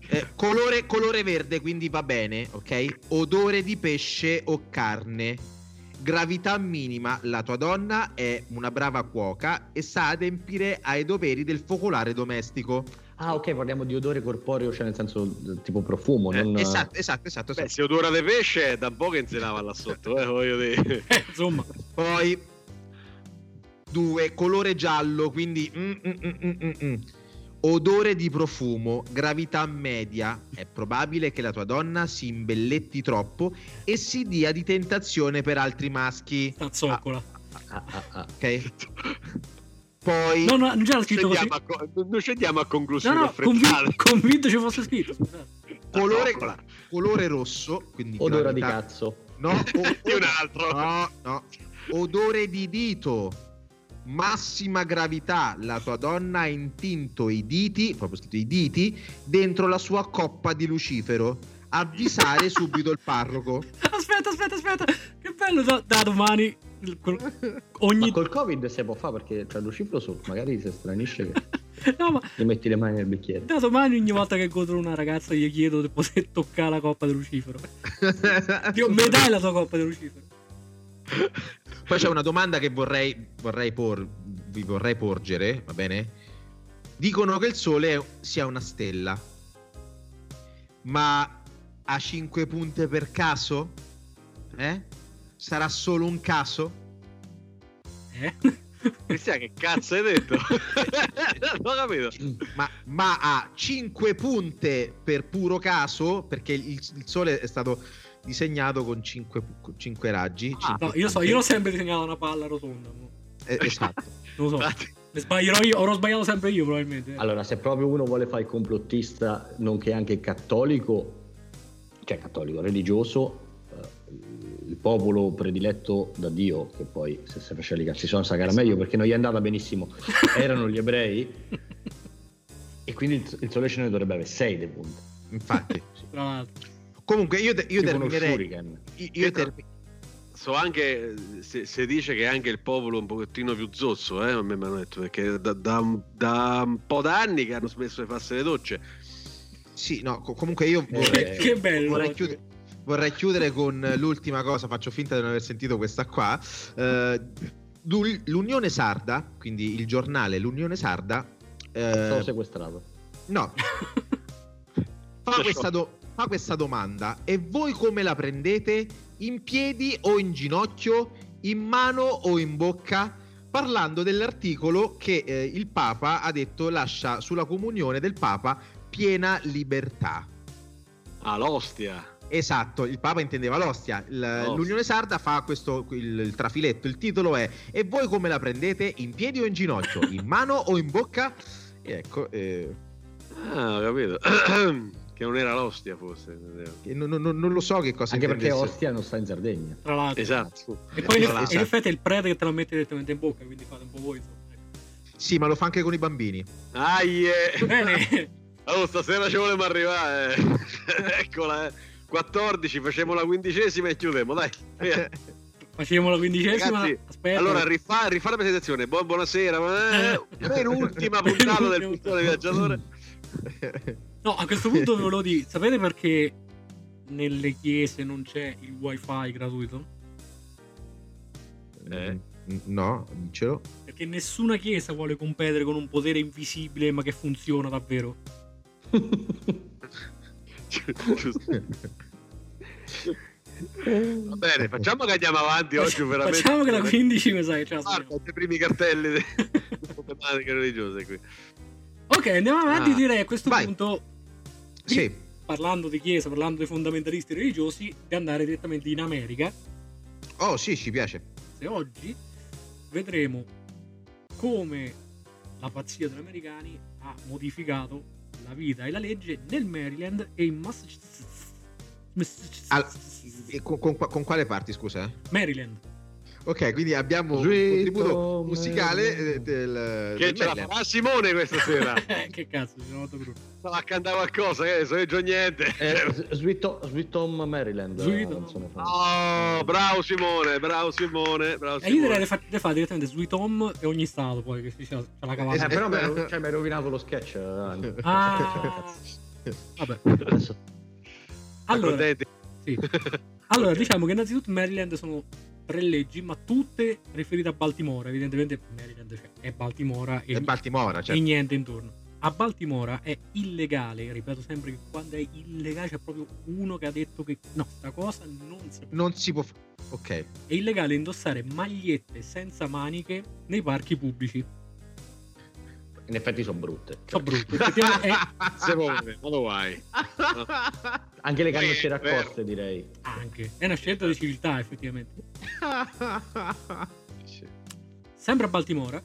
Speaker 3: Eh, colore, colore verde, quindi va bene, ok? Odore di pesce o carne. Gravità minima, la tua donna è una brava cuoca e sa adempiere ai doveri del focolare domestico.
Speaker 4: Ah, ok, parliamo di odore corporeo, cioè nel senso d- tipo profumo. non...
Speaker 3: esatto, esatto, esatto.
Speaker 5: Beh, se odora di pesce è da un po' che inselava là sotto, eh, voglio dire.
Speaker 2: Insomma,
Speaker 3: poi due colore giallo, quindi mm, mm, mm, mm, mm, mm. odore di profumo, gravità media. È probabile che la tua donna si imbelletti troppo e si dia di tentazione per altri maschi.
Speaker 2: Tazzocola.
Speaker 4: Ah, ah, ah.
Speaker 3: Ok. Poi
Speaker 2: No, no, non c'era scritto così.
Speaker 5: Scendiamo a, co- non scendiamo a
Speaker 2: No,
Speaker 5: conclusioni
Speaker 2: no,
Speaker 5: affrettate.
Speaker 2: convi- convinto ci fosse scritto. scusate.
Speaker 3: colore,
Speaker 5: Tazzocola.
Speaker 3: colore rosso, quindi
Speaker 4: Odore di
Speaker 3: gravità-
Speaker 4: cazzo.
Speaker 2: [LAUGHS]
Speaker 3: No, o-
Speaker 5: Di un altro.
Speaker 3: No, no. Odore di dito. Massima gravità. La tua donna ha intinto i diti, proprio scritto i diti, dentro la sua coppa di lucifero. Avvisare subito il parroco.
Speaker 2: Aspetta, aspetta, aspetta. Che bello da, da domani. il- col- Ogni...
Speaker 4: Ma col Covid si può fare perché c'è Lucifero su, magari si stranisce che
Speaker 2: [LAUGHS] No, ma
Speaker 4: gli metti le mani nel bicchiere.
Speaker 2: da domani ogni volta che incontro una ragazza gli chiedo se posso toccare la coppa di Lucifero. Dio, mi dai la tua coppa di Lucifero?
Speaker 3: Poi c'è una domanda che vorrei, vorrei por- vi vorrei porgere, va bene? Dicono che il Sole è- sia una stella, ma ha 5 punte per caso? Eh? Sarà solo un caso?
Speaker 2: Eh?
Speaker 5: Cristiano, che cazzo hai detto? non ho capito.
Speaker 3: Ma, ma ha 5 punte per puro caso, perché il, il Sole è stato disegnato con 5, raggi. cinque
Speaker 2: Ah, No, io so,
Speaker 3: punte.
Speaker 2: io l'ho sempre disegnato una palla rotonda. mo.
Speaker 3: Eh, esatto.
Speaker 2: Non lo so.
Speaker 5: Infatti.
Speaker 2: Mi sbaglierò io, avrò sbagliato sempre io probabilmente. eh.
Speaker 4: Allora, se proprio uno vuole fare il complottista, nonché anche cattolico, cioè cattolico, religioso, eh, il popolo prediletto da Dio, che poi se si faceva i cazzi sono sacara meglio perché non gli è andata benissimo, erano gli ebrei, e quindi il, il Sole ce ne dovrebbe avere 6 dei punti.
Speaker 2: [LAUGHS]
Speaker 3: Infatti.
Speaker 2: Tra l'altro.
Speaker 3: Comunque io, te- io
Speaker 4: Tipo uno
Speaker 3: terminerei...
Speaker 4: shuriken.
Speaker 3: Io, io termi-
Speaker 5: So anche eh, se, se dice che è anche il popolo un pochettino più zozzo, eh, a me mi hanno detto, perché da, da- da un po' d'anni che hanno smesso di farsi le docce.
Speaker 3: Sì, no, co- comunque io
Speaker 2: Che,
Speaker 3: vorrei,
Speaker 2: Eh, che bello.
Speaker 3: vorrei chiudere. vorrei chiudere con l'ultima cosa, faccio finta di non aver sentito questa qua. Eh, l'U- L'Unione Sarda, quindi il giornale L'Unione Sarda, eh,
Speaker 4: Sono sequestrato.
Speaker 3: no,
Speaker 2: [LAUGHS]
Speaker 3: fa questa, do- fa questa domanda e voi come la prendete? In piedi o in ginocchio? In mano o in bocca? Parlando dell'articolo che eh, il Papa ha detto lascia sulla comunione del Papa piena libertà.
Speaker 5: Ah, l'ostia.
Speaker 3: Esatto, il Papa intendeva l'ostia. Il-
Speaker 5: L'ostia.
Speaker 3: L'Unione Sarda fa questo, il, il trafiletto, il titolo è E voi come la prendete? In piedi o in ginocchio? In mano o in bocca? E ecco, eh,
Speaker 5: Ah, ho capito. [CLEARS THROAT] che non era l'ostia forse.
Speaker 3: che non, non- non lo so che cosa
Speaker 4: Anche perché
Speaker 3: intendesse.
Speaker 4: Ostia non sta in Sardegna.
Speaker 2: Tra l'altro.
Speaker 5: Esatto.
Speaker 2: E poi in,
Speaker 3: Tra l'altro.
Speaker 2: in effetti è il prete che te la mette direttamente in bocca, quindi fate un po'
Speaker 5: [LAUGHS]
Speaker 2: voi. Insomma.
Speaker 3: Sì, ma lo fa anche con i bambini.
Speaker 5: Aie.
Speaker 2: [LAUGHS] Bene.
Speaker 5: Allora, stasera ci volevamo arrivare. Eccola, eh. [LAUGHS] 14, facciamo la quindicesima e chiudiamo, dai. Via.
Speaker 2: Facciamo la quindicesima.
Speaker 5: Ragazzi,
Speaker 2: Aspetta.
Speaker 5: Allora, rifa- rifare la presentazione. Buon- buonasera. ma- eh,
Speaker 2: [LAUGHS]
Speaker 5: Penultima puntata del pistone viaggiatore.
Speaker 2: No, a
Speaker 5: [LAUGHS]
Speaker 2: questo punto ve lo dico. Sapete perché nelle chiese non c'è il wifi gratuito?
Speaker 5: Eh.
Speaker 3: Mm, No, dicelo.
Speaker 2: Perché nessuna chiesa vuole competere con un potere invisibile ma che funziona davvero.
Speaker 5: Giusto. Va bene, facciamo che andiamo avanti oggi veramente.
Speaker 2: Facciamo che la cioè, 15 mi sa che ce la
Speaker 5: Guarda,
Speaker 2: speriamo.
Speaker 5: i primi cartelli [LAUGHS] delle problematiche religiose qui.
Speaker 2: Ok, andiamo avanti.
Speaker 5: Ah.
Speaker 2: Direi a questo
Speaker 3: Vai.
Speaker 2: punto,
Speaker 3: Sì,
Speaker 2: parlando di chiesa, parlando dei fondamentalisti religiosi, di andare direttamente in America.
Speaker 3: oh sì, ci piace.
Speaker 2: Se oggi vedremo come la pazzia degli americani ha modificato la vita e la legge nel Maryland e in Massachusetts.
Speaker 3: Al- E con, con- con quale parti, scusa? eh?
Speaker 2: Maryland.
Speaker 3: Ok, quindi abbiamo un
Speaker 4: Sweet
Speaker 3: contributo
Speaker 4: home
Speaker 3: musicale
Speaker 4: Alone.
Speaker 3: eh, del...
Speaker 5: Che
Speaker 3: del
Speaker 5: ce la
Speaker 3: Maryland.
Speaker 5: farà Simone questa
Speaker 2: [LAUGHS]
Speaker 5: sera?
Speaker 2: Eh, che cazzo, ci sono andato per uno.
Speaker 5: Stava a cantare qualcosa, che adesso leggo niente.
Speaker 4: Eh, S- Sweet, Ho- Sweet Home Maryland. eh, la
Speaker 2: Sweet Home.
Speaker 4: canzone fa.
Speaker 5: [LAUGHS] Oh, bravo Simone, bravo Simone, bravo
Speaker 2: E Eh, io
Speaker 5: Simone.
Speaker 2: direi le fa, le fa direttamente Sweet Home e ogni stato poi che si c'ha, c'ha la
Speaker 4: Eh,
Speaker 2: cavalla.
Speaker 4: però mi hai cioè, mi hai rovinato lo sketch. eh.
Speaker 2: Ah,
Speaker 3: eh,
Speaker 2: vabbè.
Speaker 4: Adesso-
Speaker 2: Allora,
Speaker 5: Contenti?
Speaker 2: Sì.
Speaker 4: [LAUGHS]
Speaker 2: Allora, diciamo che innanzitutto Maryland sono tre leggi, ma tutte riferite a Baltimora. Evidentemente Maryland cioè, è Baltimora e,
Speaker 3: È Baltimora,
Speaker 2: e
Speaker 3: cioè.
Speaker 2: niente intorno. a Baltimora è illegale, ripeto sempre che quando è illegale c'è proprio uno che ha detto che no, sta cosa non si può.
Speaker 3: Non si può fare. Ok.
Speaker 2: È illegale indossare magliette senza maniche nei parchi pubblici.
Speaker 4: In effetti sono brutte.
Speaker 2: Sono brutte. effettivamente è-
Speaker 5: Secondo me, ma lo vai.
Speaker 4: Anche le
Speaker 5: Sì,
Speaker 4: canottiere
Speaker 5: è vero.
Speaker 4: accoste, direi.
Speaker 2: Anche. È una scelta di civiltà, effettivamente. [LAUGHS]
Speaker 5: Sì.
Speaker 2: Sempre a Baltimora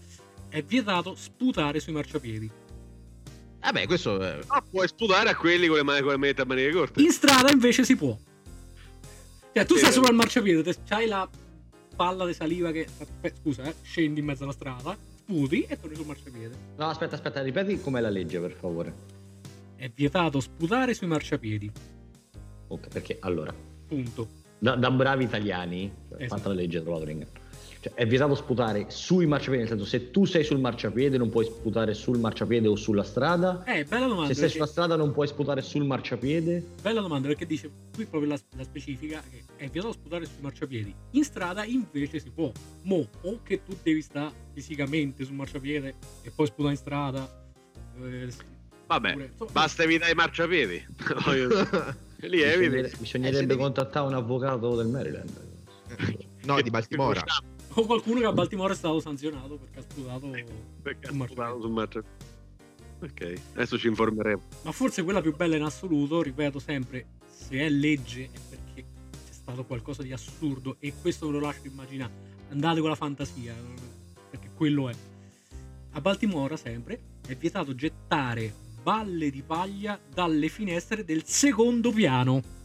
Speaker 2: è vietato sputare sui marciapiedi.
Speaker 3: Vabbè, questo è...
Speaker 5: Ma puoi sputare a quelli con le mani con le manette a maniche corte.
Speaker 2: In strada invece si può. Cioè, tu
Speaker 5: Sì,
Speaker 2: stai
Speaker 5: vero.
Speaker 2: sopra il marciapiede, te- c'hai la palla di saliva che. eh, Scusa, eh, scendi in mezzo alla strada, sputi e torni sul marciapiede.
Speaker 4: No, aspetta, aspetta, ripeti com'è la legge, per favore.
Speaker 2: È vietato sputare sui marciapiedi.
Speaker 4: Ok, perché allora,
Speaker 2: Punto.
Speaker 4: da, da bravi italiani, cioè,
Speaker 2: Esatto.
Speaker 4: fatta la legge trovata in cioè, è vietato sputare sui marciapiedi, nel senso se tu sei sul marciapiede non puoi sputare sul marciapiede o sulla strada.
Speaker 2: Eh, bella domanda.
Speaker 4: Se sei
Speaker 2: perché-
Speaker 4: sulla strada non puoi sputare sul marciapiede.
Speaker 2: Bella domanda perché dice qui proprio la, la specifica che è vietato sputare sui marciapiedi. In strada invece si può. Mo, o che tu devi stare fisicamente sul marciapiede e poi sputare in strada. eh, s-
Speaker 5: Vabbè,
Speaker 2: pure- insomma,
Speaker 5: basta evitare i
Speaker 2: [LAUGHS]
Speaker 5: marciapiedi. Voglio dire. Lì è
Speaker 4: Bisognerebbe,
Speaker 5: evidente.
Speaker 4: bisognerebbe
Speaker 3: Eh, se devi-
Speaker 4: contattare un avvocato del Maryland.
Speaker 3: No, di Baltimora.
Speaker 2: O qualcuno che a Baltimora è stato sanzionato perché ha sputato.
Speaker 5: Perché
Speaker 2: Eh, Un marciapiede.
Speaker 5: sputavo sul marciapiede. Ok, adesso ci informeremo.
Speaker 2: Ma forse quella più bella in assoluto, ripeto sempre, se è legge è perché c'è stato qualcosa di assurdo e questo ve lo lascio immaginare. Andate con la fantasia, perché quello è. A Baltimora sempre è vietato gettare balle di paglia dalle finestre del secondo piano. [LAUGHS]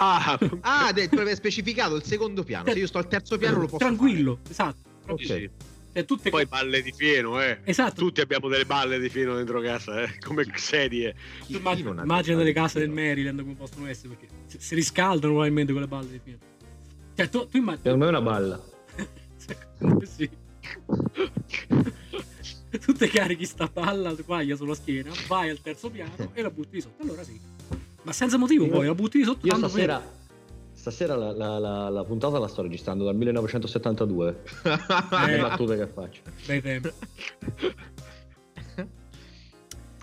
Speaker 5: Ah,
Speaker 3: Ah, de- tu avevi specificato il secondo piano. Se io sto al terzo piano lo posso
Speaker 2: Tranquillo, esatto.
Speaker 3: Ok.
Speaker 5: sì.
Speaker 2: Cioè, tutte
Speaker 5: Poi balle di fieno, eh.
Speaker 2: Esatto.
Speaker 5: Tutti abbiamo delle balle di fieno dentro casa, eh. Come sedie.
Speaker 3: fare. Chi- chi
Speaker 2: Immagina,
Speaker 3: non ha
Speaker 2: immagina
Speaker 3: detto di
Speaker 2: delle case del
Speaker 3: no?
Speaker 2: Maryland come possono essere, perché si- si riscaldano probabilmente con le balle di fieno. Cioè, tu, tu immagini...
Speaker 4: Per me è una balla.
Speaker 2: [LAUGHS] sì. [LAUGHS] tu te carichi sta palla guaglia sulla schiena, vai al terzo piano e la butti di sotto. Allora sì. Ma senza motivo
Speaker 4: Io-
Speaker 2: poi, la butti di sotto.
Speaker 4: Io
Speaker 2: tanto
Speaker 4: stasera, stasera la, la- la- la puntata la sto registrando
Speaker 3: [LAUGHS]
Speaker 4: dal 1972.
Speaker 2: Eh.
Speaker 4: Le battute che faccio.
Speaker 2: per- Bei tempi.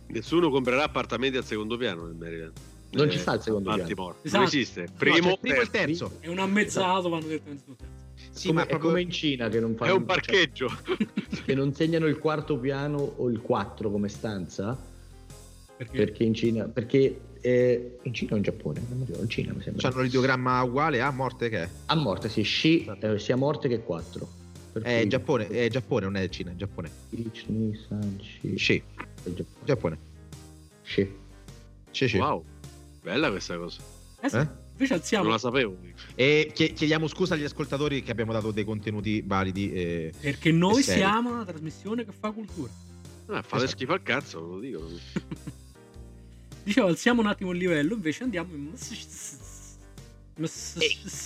Speaker 5: Nessuno comprerà appartamenti al secondo piano nel Maryland.
Speaker 4: Non ci sta il secondo piano.
Speaker 5: piano.
Speaker 2: Esatto.
Speaker 5: Non esiste.
Speaker 3: No, c'è
Speaker 5: Primo,
Speaker 3: il primo e il
Speaker 5: terzo.
Speaker 3: terzo.
Speaker 2: È un ammezzato, vanno direttamente sul terzo.
Speaker 3: Sì,
Speaker 4: Come-
Speaker 3: ma
Speaker 4: è
Speaker 3: proprio...
Speaker 4: come in Cina che non
Speaker 5: è
Speaker 4: fanno
Speaker 5: un parcheggio.
Speaker 4: cioè, che non segnano il quarto piano o il 4 come stanza.
Speaker 2: Perché,
Speaker 4: Perché in Cina. Perché eh, in Cina o in Giappone? Non mi ricordo, in Cina mi sembra.
Speaker 3: C'hanno l'ideogramma uguale a morte che è?
Speaker 4: A morte, sì, sci eh, sia morte che 4.
Speaker 3: È in Eh, Giappone, è Giappone, non è Cina, è Giappone. Sì, Giappone.
Speaker 4: Sci.
Speaker 3: Sì, sì.
Speaker 5: Wow. Bella questa cosa.
Speaker 2: Eh sì,
Speaker 3: Eh?
Speaker 2: Invece
Speaker 5: Non
Speaker 2: alziamo
Speaker 5: la sapevo.
Speaker 3: E chie- chiediamo scusa agli ascoltatori che abbiamo dato dei contenuti validi. E...
Speaker 2: perché noi
Speaker 3: È serio.
Speaker 2: siamo una trasmissione che fa cultura.
Speaker 5: Ah, fate
Speaker 3: Esatto.
Speaker 5: schifo al cazzo, ve lo dico.
Speaker 2: Dicevo, alziamo un attimo il livello, invece andiamo in... Mass-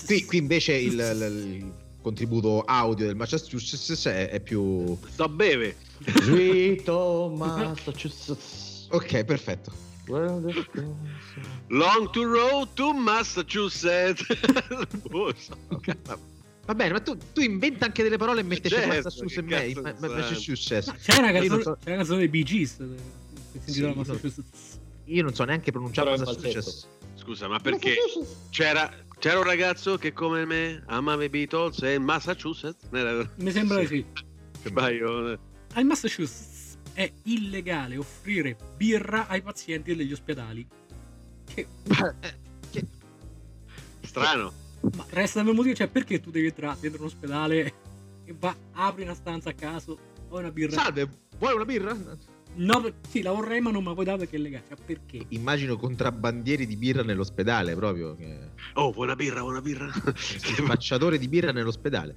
Speaker 3: Qui, qui invece il, il- il contributo audio del Massachusetts è, è più...
Speaker 5: Sto a beve.
Speaker 4: Sweet Massachusetts.
Speaker 3: Ok, perfetto.
Speaker 5: Long to road to Massachusetts. [LAUGHS] Boh, so, cazzo.
Speaker 3: Va bene, ma tu, tu inventa anche delle parole e metteci
Speaker 5: Certo,
Speaker 3: Massachusetts
Speaker 5: che
Speaker 3: e me-
Speaker 5: cazzo
Speaker 3: ma-
Speaker 5: ne
Speaker 3: ma-
Speaker 5: sai?
Speaker 3: Massachusetts.
Speaker 2: Ma c'è, una
Speaker 3: Io non
Speaker 2: canzone,
Speaker 3: so-
Speaker 2: c'è una canzone dei Bee Gees eh, che si intitola
Speaker 3: Sì,
Speaker 2: Massachusetts.
Speaker 3: Io non so neanche pronunciare
Speaker 4: Però è
Speaker 3: Massachusetts.
Speaker 5: Scusa, ma perché c'era, c'era un ragazzo che come me amava i Beatles e il Massachusetts? Non era-
Speaker 2: Mi sembra di sì.
Speaker 5: Sbaglio. eh.
Speaker 2: Al Massachusetts è illegale offrire birra ai pazienti degli ospedali. Che
Speaker 5: Strano.
Speaker 2: ma resta nel motivo, cioè perché tu devi entrare dentro un ospedale e va, apri una stanza a caso, vuoi una birra?
Speaker 3: Salve, vuoi una birra?
Speaker 2: No, per- sì, la vorrei ma non me la puoi dare perché è illegale. Cioè perché?
Speaker 3: Immagino contrabbandieri di birra nell'ospedale proprio.
Speaker 5: [LAUGHS]
Speaker 3: che-
Speaker 5: Oh, buona birra, buona birra. [LAUGHS]
Speaker 3: Il facciatore di birra nell'ospedale.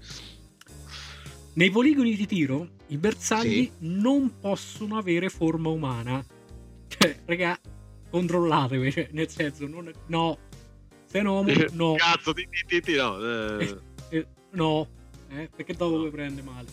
Speaker 2: Nei poligoni di tiro i bersagli
Speaker 3: Sì.
Speaker 2: non possono avere forma umana. Cioè, raga, controllatevi, cioè, nel senso, non è- no. Se no,
Speaker 3: Eh,
Speaker 2: no.
Speaker 5: Cazzo, ti, ti, ti, ti, no. eh,
Speaker 2: Eh, no. Eh, perché dopo vi prende male.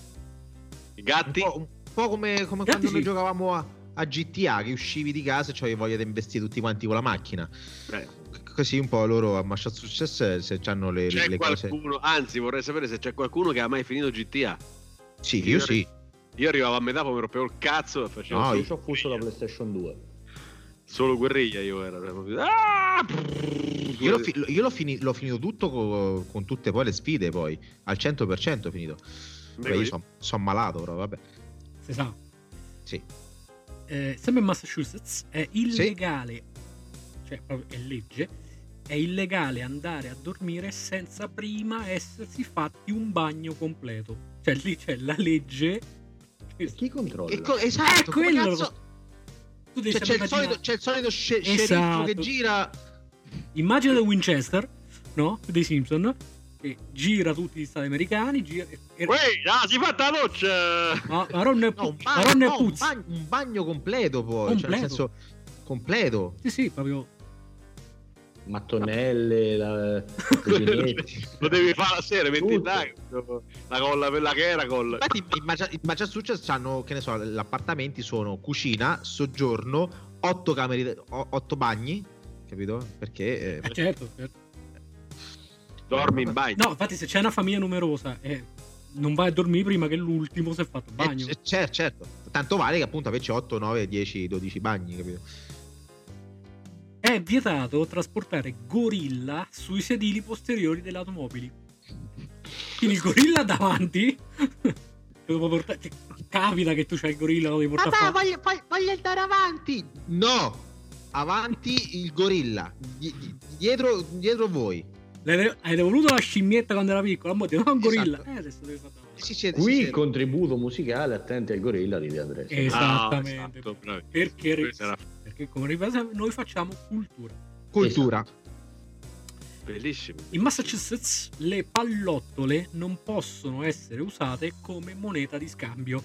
Speaker 5: I
Speaker 3: Un
Speaker 5: gatti?
Speaker 3: po', un po' come, come
Speaker 2: Gatti
Speaker 3: quando noi
Speaker 2: sì.
Speaker 3: giocavamo a, a GTA, che uscivi di casa e c'avevi voglia di investire tutti quanti con la macchina.
Speaker 5: Beh,
Speaker 3: C- Così un po' loro a Massachusetts se hanno le,
Speaker 5: c'è
Speaker 3: le cose.
Speaker 5: qualcuno, anzi vorrei sapere se c'è qualcuno che ha mai finito GTA.
Speaker 3: Sì, io sì.
Speaker 5: Io arrivavo a metà, poi mi rompevo il cazzo e facevo
Speaker 4: No,
Speaker 5: solo,
Speaker 4: io ci ho fuso la PlayStation 2.
Speaker 5: solo guerriglia. Io era proprio- Ah!
Speaker 3: Io, l'ho, fi- io l'ho fini- l'ho finito tutto co- con tutte poi le sfide, poi al 100% finito. Beh, io
Speaker 2: così.
Speaker 3: sono malato, però vabbè.
Speaker 2: Si sa.
Speaker 3: Sì.
Speaker 2: Eh, sempre in Massachusetts è illegale, cioè proprio è legge, è illegale andare a dormire senza prima essersi fatti un bagno completo. Cioè lì c'è la legge.
Speaker 4: chi controlla?
Speaker 3: Che co- esatto, come
Speaker 2: Eh, quello
Speaker 3: cazzo-
Speaker 2: lo- Tu devi
Speaker 3: Cioè, c'è,
Speaker 2: sempre
Speaker 3: il solito,
Speaker 2: immaginare-
Speaker 3: c'è il solito sce- sceriffo
Speaker 2: Esatto.
Speaker 3: che gira.
Speaker 2: Immagina The Winchester, no? Dei Simpson, che gira tutti gli stati americani, gira... e-
Speaker 5: Uè, ah, si è fatta la doccia!
Speaker 2: Ma, ma Ron,
Speaker 3: No, un
Speaker 2: ma
Speaker 3: bagno,
Speaker 2: Ron
Speaker 3: no, un,
Speaker 2: Puzzi.
Speaker 3: bagno, un bagno completo poi. Cioè, nel
Speaker 2: Completo.
Speaker 3: senso, completo.
Speaker 2: Sì, sì, proprio...
Speaker 4: Mattonelle, la...
Speaker 5: [LAUGHS] Lo devi fare la sera, metti in tag, la colla per la Keracol.
Speaker 3: Infatti, in Magia- in Massachusetts hanno, che ne so, gli appartamenti sono cucina, soggiorno, otto camere, o- otto bagni, capito? Perché...
Speaker 2: Eh, certo, certo.
Speaker 5: Dormi in bagno.
Speaker 2: No, infatti, se c'è una famiglia numerosa e non vai a dormire prima che l'ultimo si è fatto il bagno.
Speaker 3: Eh, c- certo, certo. Tanto vale che appunto averci 8, 9, 10, 12 bagni, capito?
Speaker 2: È vietato trasportare gorilla sui sedili posteriori delle automobili. Quindi il gorilla davanti. te lo puoi portare- ti- Capita che tu c'hai il gorilla, lo devi portare a fare.
Speaker 3: voglio, andare avanti! No! Avanti il gorilla, di- di- dietro, dietro voi.
Speaker 2: L'hai- Hai devoluto la scimmietta quando era piccola, mo ti do un gorilla.
Speaker 3: Esatto.
Speaker 2: Eh, adesso devi fare davanti.
Speaker 3: Si siede- si
Speaker 4: Qui il
Speaker 3: siede.
Speaker 4: contributo musicale, attenti al gorilla di De Andrés.
Speaker 2: Esattamente.
Speaker 5: esatto, bravi.
Speaker 2: Perché-
Speaker 5: Questa era
Speaker 2: Perché come ripeto, noi facciamo cultura.
Speaker 3: Cultura.
Speaker 5: bellissima.
Speaker 2: In Massachusetts le pallottole non possono essere usate come moneta di scambio.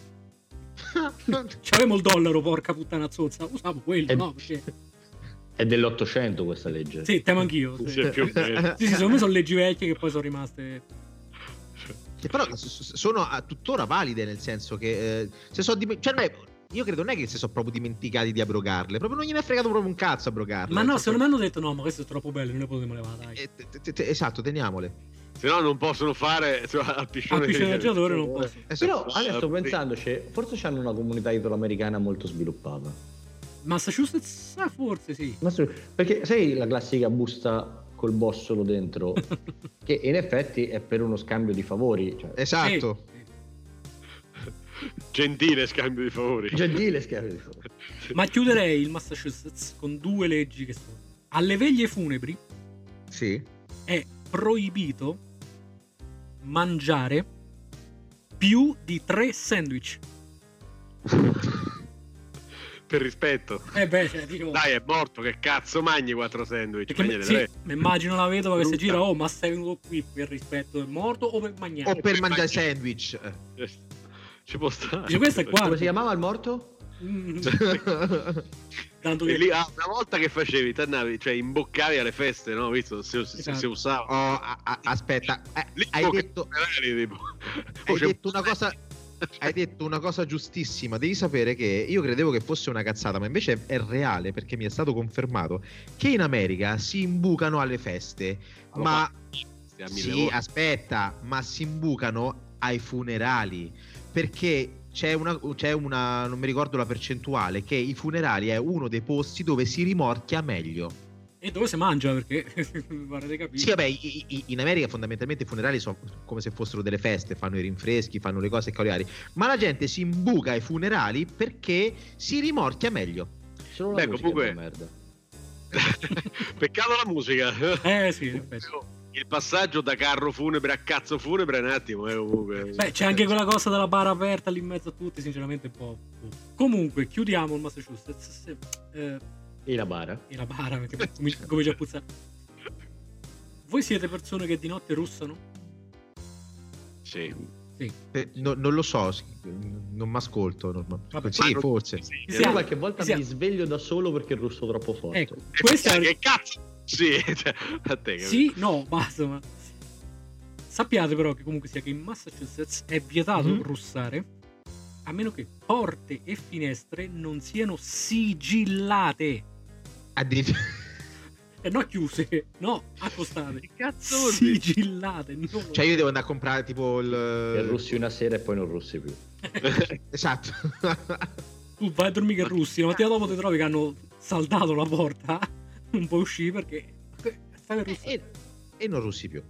Speaker 3: [LAUGHS]
Speaker 2: C'avevamo il dollaro, porca puttana zozza, usavo quello,
Speaker 4: Eh.
Speaker 2: no? Perché...
Speaker 4: È dell'Ottocento questa legge.
Speaker 2: Sì, temo anch'io.
Speaker 5: Non
Speaker 2: Sì.
Speaker 5: c'è più
Speaker 2: [LAUGHS]
Speaker 5: niente.
Speaker 2: Sì, sì, secondo me sono leggi vecchie che poi sono rimaste...
Speaker 3: Però s- s- sono a- tuttora valide nel senso che eh, se so dime- cioè, non è- io credo non è che si sono proprio dimenticati di abrogarle, proprio non gliene è fregato proprio un cazzo abrogarle. Cioè,
Speaker 2: Ma no, secondo me hanno detto no, ma queste sono troppo belle, non le potremmo levare, dai.
Speaker 3: Eh, te- te- te- Esatto, teniamole.
Speaker 5: Se no non possono fare cioè, al
Speaker 2: Al
Speaker 5: piscione.
Speaker 2: piscina del
Speaker 5: di- Ah,
Speaker 2: giocatore non posso.
Speaker 3: Esatto.
Speaker 4: Però adesso sto pensandoci, forse c'hanno una comunità italoamericana molto sviluppata.
Speaker 2: Massachusetts? Ah, forse sì.
Speaker 4: Ma su- Perché sai la classica busta col bossolo dentro?
Speaker 2: [LAUGHS]
Speaker 4: che in effetti è per uno scambio di favori. Cioè,
Speaker 3: Esatto.
Speaker 2: Sì, sì.
Speaker 5: Gentile scambio di favori.
Speaker 4: gentile scambio di favori.
Speaker 2: Ma chiuderei il Massachusetts con due leggi che sono. Alle veglie funebri
Speaker 3: Sì.
Speaker 2: è proibito mangiare più di tre sandwich.
Speaker 5: Per rispetto.
Speaker 2: Eh beh, cioè, dico,
Speaker 5: Dai, è morto, che cazzo magni quattro sandwich?
Speaker 2: perché
Speaker 5: Magnate
Speaker 2: mi, sì,
Speaker 5: tre.
Speaker 2: mi immagino la vedova che si
Speaker 5: Brutta.
Speaker 2: gira, oh ma sei venuto qui per rispetto del morto o per
Speaker 3: O
Speaker 2: mangiare?
Speaker 3: per mangiare sandwich. eh.
Speaker 5: [LAUGHS] Ci può stare.
Speaker 2: Dice, Cioè, questo è qua.
Speaker 4: Come si chiamava il morto?
Speaker 2: Mm,
Speaker 3: Cioè,
Speaker 2: tanto
Speaker 5: E
Speaker 2: che...
Speaker 5: lì, ah, una volta che facevi, t'andavi, cioè imboccavi alle feste, no? Visto, se, se- se-
Speaker 2: Esatto.
Speaker 5: se usava.
Speaker 3: [LAUGHS] Oh, a- a- aspetta, eh,
Speaker 5: Lì
Speaker 3: hai,
Speaker 5: imboccavi
Speaker 3: detto,
Speaker 5: alle tipo.
Speaker 3: hai
Speaker 5: Oh, c'è un-
Speaker 3: detto una cosa. [LAUGHS] Hai detto una cosa giustissima, devi sapere che io credevo che fosse una cazzata, ma invece è reale perché mi è stato confermato che in America si imbucano alle feste, ma
Speaker 5: Sì, a mille
Speaker 3: Sì,
Speaker 5: volte.
Speaker 3: aspetta, ma si imbucano ai funerali perché c'è una, c'è una, non mi ricordo la percentuale, che i funerali è uno dei posti dove si rimorchia meglio.
Speaker 2: E dove si mangia perché [LAUGHS] mi pare di capire.
Speaker 3: Sì, vabbè, i- i- in America fondamentalmente i funerali sono come se fossero delle feste, fanno i rinfreschi, fanno le cose cagliari, ma la gente si imbuca ai funerali perché si rimorchia meglio.
Speaker 4: Solo la
Speaker 5: Beh,
Speaker 4: musica
Speaker 5: comunque-
Speaker 4: è una merda.
Speaker 5: [LAUGHS] Peccato la musica.
Speaker 2: Eh sì, in effetti.
Speaker 5: Il passaggio da carro funebre a cazzo funebre è un attimo, eh, comunque.
Speaker 2: Beh, c'è anche quella cosa della bara aperta lì in mezzo a tutti, sinceramente un po'. boh. Comunque, chiudiamo il Massachusetts. Se- eh,
Speaker 4: E la bara.
Speaker 2: e la bara perché poi comin- comincia a puzzare. Voi siete persone che di notte russano?
Speaker 5: Sì.
Speaker 3: Eh, no- non lo so, sì, non mi ascolto. non- ma-
Speaker 2: Vabbè,
Speaker 3: sì,
Speaker 5: ma-
Speaker 3: forse.
Speaker 5: Sì,
Speaker 2: Sì, ah,
Speaker 4: Io
Speaker 2: sì.
Speaker 4: qualche volta
Speaker 2: Sì.
Speaker 4: mi sveglio da solo perché il russo è troppo forte.
Speaker 2: Ecco, questa è
Speaker 5: che cazzo? Sì, [LAUGHS] cioè, a te capito?
Speaker 2: Sì, no, basta. Ma... Sappiate però che comunque sia che in Massachusetts è vietato
Speaker 3: Mhm.
Speaker 2: russare a meno che porte e finestre non siano sigillate.
Speaker 3: Addir-
Speaker 2: E Eh, no chiuse, no accostate. Che
Speaker 5: cazzo
Speaker 2: vuol dire? Sigillate, no.
Speaker 3: [LAUGHS] Cioè io devo andare a comprare tipo il...
Speaker 4: E russi una sera e poi non russi più.
Speaker 3: [LAUGHS]
Speaker 2: [LAUGHS]
Speaker 3: esatto.
Speaker 2: tu vai a dormire in Russia, la mattina dopo ti trovi che hanno saldato la porta, [LAUGHS] non puoi uscire perché... Stai in Russia.
Speaker 3: E, e non russi più.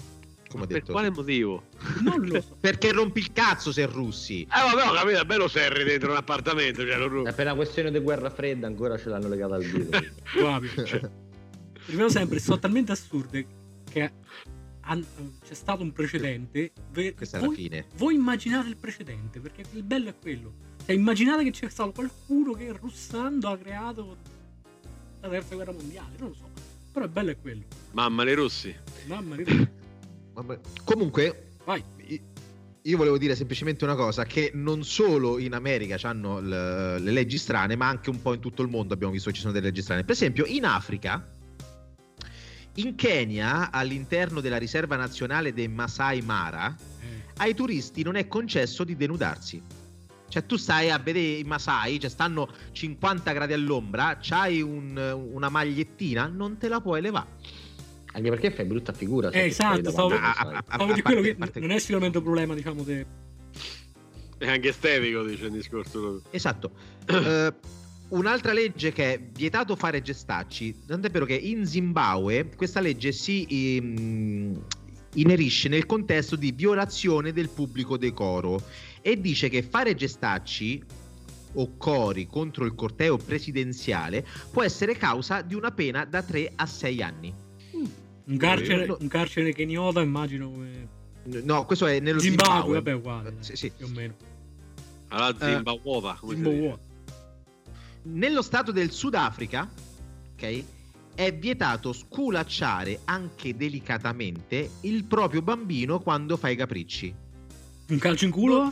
Speaker 3: Come ho
Speaker 5: Per
Speaker 3: detto.
Speaker 5: quale motivo?
Speaker 2: Non lo so.
Speaker 3: Perché rompi il cazzo se russi.
Speaker 5: Ah, vabbè, ho capito, è bello serri dentro un appartamento. Cioè, non...
Speaker 4: È
Speaker 3: Eh.
Speaker 4: per una questione di guerra fredda ancora ce l'hanno legata al dito.
Speaker 2: Guarda, cioè, rimaniamo sempre, sono talmente assurde che han- c'è stato un precedente. ve-
Speaker 3: [LAUGHS] Questa è la
Speaker 2: voi,
Speaker 3: fine.
Speaker 2: voi immaginate il precedente, perché il bello è quello. Cioè, immaginate che c'è stato qualcuno che russando ha creato la terza guerra mondiale, non lo so. Però il bello è quello.
Speaker 5: Mamma, le russi.
Speaker 2: Mamma mia.
Speaker 3: [LAUGHS] Vabbè. Comunque,
Speaker 2: Vai.
Speaker 3: i- io volevo dire semplicemente una cosa, che non solo in America hanno le leggi strane, ma anche un po' in tutto il mondo abbiamo visto che ci sono delle leggi strane. Per esempio, in Africa, in Kenya, all'interno della riserva nazionale dei Masai Mara, ai turisti non è concesso di denudarsi. Cioè, tu stai a vedere i Masai, cioè stanno 50 gradi all'ombra, c'hai un- una magliettina, non te la puoi levare.
Speaker 4: Anche perché fai brutta figura. se
Speaker 2: Eh,
Speaker 4: ti
Speaker 2: esatto,
Speaker 4: trovi
Speaker 2: stavo-
Speaker 4: davanti a Masai.
Speaker 2: [LAUGHS] Stavo di quello che
Speaker 3: a parte-
Speaker 2: non è sicuramente un problema, diciamo, de...
Speaker 5: È anche estetico, dice il discorso.
Speaker 3: Esatto. Eh, un'altra legge che è vietato fare gestacci, tant'è vero che in Zimbabwe questa legge si ehm, inerisce nel contesto di violazione del pubblico decoro e dice che fare gestacci o cori contro il corteo presidenziale può essere causa di una pena da 3 a 6 anni.
Speaker 2: un, carcere,
Speaker 3: no.
Speaker 2: un carcere keniota, immagino come
Speaker 3: No, questo è nello
Speaker 2: Zimbabwe,
Speaker 3: Zimbabwe.
Speaker 2: vabbè, uguale, dai,
Speaker 3: Sì, sì.
Speaker 2: più o meno.
Speaker 5: Alla zimba uova, come si dice.
Speaker 2: Eh. Zimbabwe.
Speaker 3: Nello stato del Sudafrica, ok, è vietato sculacciare anche delicatamente il proprio bambino quando fa i capricci.
Speaker 2: Un calcio in culo?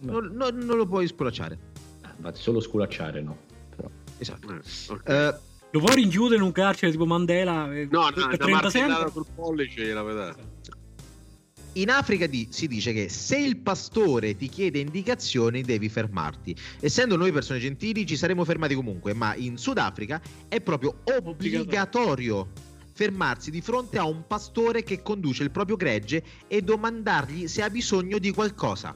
Speaker 3: Non, non- non lo puoi sculacciare.
Speaker 4: Infatti, Ah, solo sculacciare, no. Però.
Speaker 3: Esatto.
Speaker 5: Eh, ok.
Speaker 3: Eh,
Speaker 2: Lo puoi rinchiudere in un carcere tipo Mandela?
Speaker 5: No,
Speaker 2: eh, per
Speaker 5: no, una
Speaker 2: 30
Speaker 5: martellata
Speaker 2: sempre? Esatto.
Speaker 5: sul pollice gliela puoi dare.
Speaker 3: in Africa di- si dice che se il pastore ti chiede indicazioni devi fermarti. Essendo noi persone gentili ci saremmo fermati comunque, ma in Sudafrica è proprio obbligatorio fermarsi di fronte a un pastore che conduce il proprio gregge e domandargli se ha bisogno di qualcosa.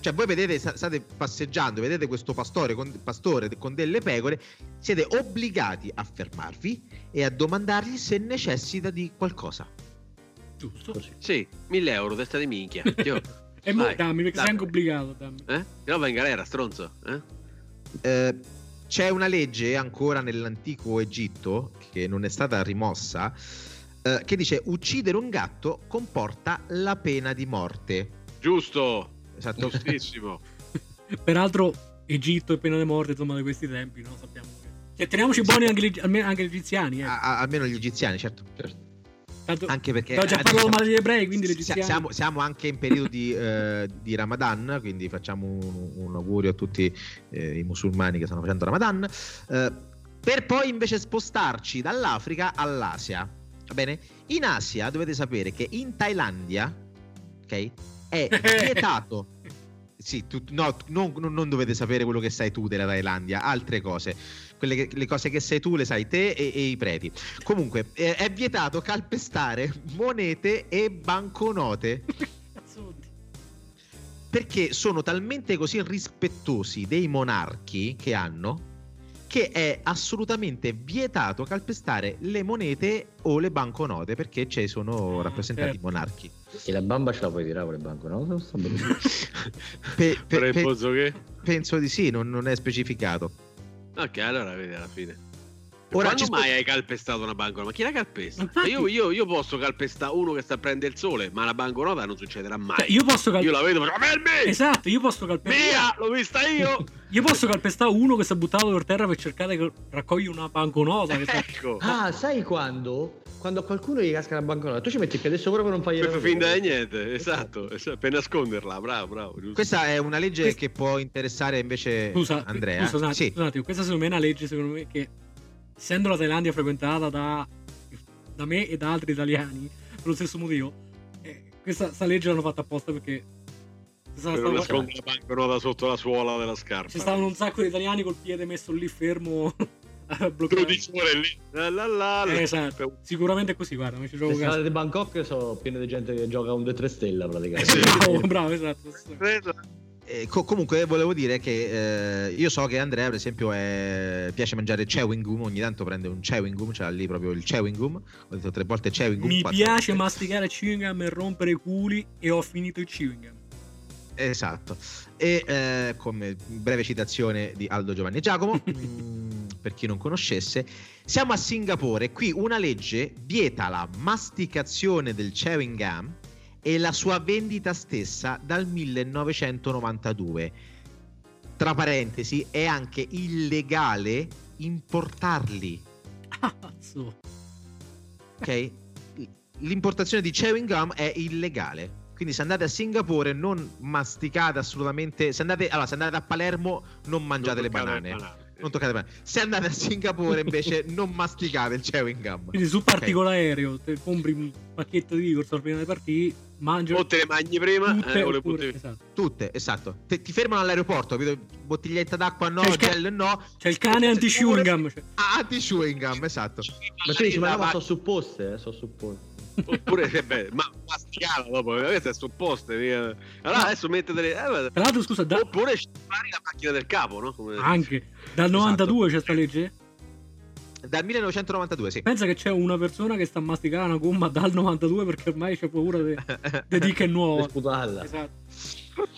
Speaker 3: Cioè voi vedete, sta- state passeggiando, vedete questo pastore con, pastore con delle pecore, siete obbligati a fermarvi e a domandargli se necessita di qualcosa.
Speaker 2: Giusto.
Speaker 5: Sì, 1000 euro, testa di
Speaker 2: [LAUGHS]
Speaker 5: minchia. Io,
Speaker 2: E mo
Speaker 5: Vai,
Speaker 2: dammi, perché
Speaker 5: dai.
Speaker 2: sei anche obbligato, dammi.
Speaker 5: eh? No, va in galera, stronzo. Eh?
Speaker 3: Eh, c'è una legge ancora nell'antico Egitto che non è stata rimossa eh, che dice uccidere un gatto comporta la pena di morte.
Speaker 5: Giusto,
Speaker 3: Esatto.
Speaker 5: giustissimo.
Speaker 2: Peraltro, Egitto e pena di morte, insomma, di questi tempi, no? Sappiamo che... Cioè, teniamoci buoni anche, gli- almeno anche gli egiziani, eh.
Speaker 5: Ah,
Speaker 3: A- a- almeno gli egiziani, certo.
Speaker 2: Tanto-
Speaker 3: Anche perché
Speaker 2: Abbiamo già
Speaker 3: adesso
Speaker 2: parlato
Speaker 3: siamo-
Speaker 2: male degli ebrei, quindi gli
Speaker 3: si-
Speaker 2: egiziani...
Speaker 3: siamo, siamo anche in periodo di, eh, di Ramadan, quindi facciamo un, un augurio a tutti eh, i musulmani che stanno facendo Ramadan. eh, per poi invece spostarci dall'Africa all'Asia. Va bene? In Asia dovete sapere che in Thailandia, ok, è vietato. Sì, tu- no, tu- non, non- non dovete sapere quello che sai tu della Thailandia, altre cose. Quelle che- le cose che sai tu le sai te e, e i preti. Comunque, eh, è vietato calpestare monete e banconote
Speaker 2: Cazzotti.
Speaker 3: perché sono talmente così rispettosi dei monarchi che hanno che è assolutamente vietato calpestare le monete o le banconote perché ci sono
Speaker 2: Ah,
Speaker 3: rappresentati i
Speaker 2: certo.
Speaker 3: monarchi.
Speaker 4: E la bamba ce la puoi tirare con le banconote? Sta benissimo.
Speaker 3: Pe- pe-
Speaker 5: Però il
Speaker 3: pe-
Speaker 5: pozzo che?
Speaker 3: penso di sì, non- non è specificato.
Speaker 5: Ok, allora vedi alla fine.
Speaker 3: Ora
Speaker 5: Ora
Speaker 3: ci
Speaker 5: Quando
Speaker 3: sto-
Speaker 5: mai hai calpestato una banconota? Ma chi la calpesta?
Speaker 2: Ma infatti-
Speaker 5: Io, io- io posso calpestare uno che sta a prendere il sole, ma la banconota non succederà mai.
Speaker 2: Cioè, io posso cal-
Speaker 5: Io la vedo, faccio, "Fermi!
Speaker 2: Esatto, io posso calpestare...
Speaker 5: Via! L'ho vista
Speaker 3: [LAUGHS]
Speaker 5: io!
Speaker 2: Io posso calpestare uno che si è buttato per terra per cercare di raccogliere una banconota. Che sta-
Speaker 5: ecco!
Speaker 4: Ah, sai quando? Quando a qualcuno gli casca la banconota, tu ci metti il piede sopra per non fargli
Speaker 5: Questo
Speaker 4: rompere.
Speaker 5: finta di niente, esatto, esatto, per nasconderla, bravo, bravo. giusto.
Speaker 3: Questa è una legge
Speaker 2: Questa-
Speaker 3: che può interessare invece
Speaker 2: Scusa,
Speaker 3: Eh, Andrea.
Speaker 2: scusa, un attimo,
Speaker 3: Sì.
Speaker 2: scusa un attimo, questa secondo me è una legge secondo me che essendo la Thailandia frequentata da, da me e da altri italiani per lo stesso motivo, eh, questa sta legge l'hanno fatta apposta perché ci
Speaker 5: Per
Speaker 2: stavano,
Speaker 5: non nascondere la banconota sotto la suola della scarpa.
Speaker 2: ci stavano un sacco di italiani col piede messo lì fermo [LAUGHS] a bloccare.
Speaker 5: 12 ore lì. La, la, la, la.
Speaker 2: Eh, esatto. Sicuramente è così, guarda, non ci trovo
Speaker 4: Le strade
Speaker 2: caso.
Speaker 4: di Bangkok sono piene di gente che gioca un 2-3 stella praticamente.
Speaker 2: [LAUGHS] Bravo, bravo, esatto.
Speaker 3: Eh, co- comunque volevo dire che eh, io so che Andrea per esempio è- piace mangiare chewing gum, ogni tanto prende un chewing gum, c'ha lì proprio il chewing gum, ho detto tre volte chewing gum.
Speaker 2: Mi
Speaker 3: quattro
Speaker 2: piace masticare chewing gum e rompere i culi e ho finito il chewing gum. [LAUGHS]
Speaker 3: Esatto. E eh, come breve citazione di Aldo Giovanni e Giacomo, mm, per chi non conoscesse, siamo a Singapore. Qui una legge vieta la masticazione del chewing gum e la sua vendita stessa dal 1992. Tra parentesi, è anche illegale importarli.
Speaker 2: Ah, Cazzo.
Speaker 3: Ok? L'importazione di chewing gum è illegale. Quindi se andate a Singapore non masticate assolutamente. Se andate, allora, se andate a Palermo non mangiate le
Speaker 5: toccate le
Speaker 3: banane.
Speaker 5: banane.
Speaker 3: Non toccate le banane. Se andate a Singapore invece non masticate il chewing gum.
Speaker 2: Quindi su
Speaker 3: Ok?
Speaker 2: partico l'aereo, te compri un pacchetto di Igor prima di partire, mangi
Speaker 5: O te le mangi prima,
Speaker 2: tutte,
Speaker 5: eh, o le
Speaker 2: oppure-
Speaker 5: butti-
Speaker 2: esatto.
Speaker 3: Tutte, esatto. Te- ti fermano all'aeroporto, vedo bottiglietta d'acqua no,
Speaker 2: C'è il ca-
Speaker 3: gel no.
Speaker 2: C'è il cane anti chewing gum. cioè.
Speaker 3: Ah, anti chewing gum, esatto.
Speaker 4: Ma tu dici, ma no, ma sono supposte, eh, sono supposte.
Speaker 5: Oppure, eh beh, ma masticala dopo, eh, queste sono opposte. via. Allora adesso mettete le... eh, vabbè.
Speaker 2: Tra l'altro, scusa, da-
Speaker 5: Oppure Esatto. scivolare la macchina del capo, no? Come-
Speaker 4: Ah.
Speaker 2: anche dal 92 c'è sta legge?
Speaker 3: Dal 1992, sì.
Speaker 2: Pensa che c'è una persona che sta masticando una gomma dal 92 perché ormai c'è paura
Speaker 5: [LAUGHS]
Speaker 2: de- de di che è
Speaker 4: Per
Speaker 2: nuova.
Speaker 4: sputarla.
Speaker 2: Esatto.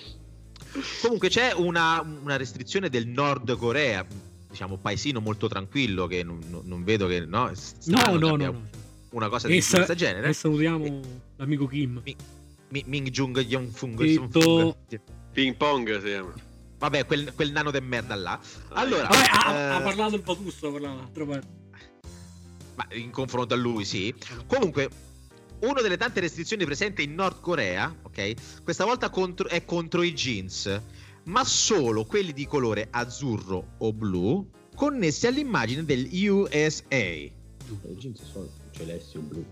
Speaker 3: Comunque c'è una, una restrizione del Nord Corea, diciamo paesino molto tranquillo che non, non- non vedo che no, è strano che
Speaker 2: No, no,
Speaker 3: abbia
Speaker 2: no. no.
Speaker 3: una cosa di
Speaker 2: E, sa-
Speaker 3: questo genere.
Speaker 2: e salutiamo l'amico Kim.
Speaker 3: Mi- Ming Jung Yong Fung.
Speaker 2: Detto-
Speaker 3: Sung Fung.
Speaker 5: Ping pong si chiama.
Speaker 3: Vabbè, quel, quel nano de merda là. Allora,
Speaker 2: Vabbè, ah, ha,
Speaker 3: eh,
Speaker 2: ha parlato il Batusso, ha parlato l'altra parte.
Speaker 3: ma in confronto a lui, sì. Comunque, una delle tante restrizioni presenti in Nord Corea, ok? Questa volta contro- è contro i jeans, ma solo quelli di colore azzurro o blu connessi all'immagine del USA.
Speaker 4: I jeans sono celesti o blu.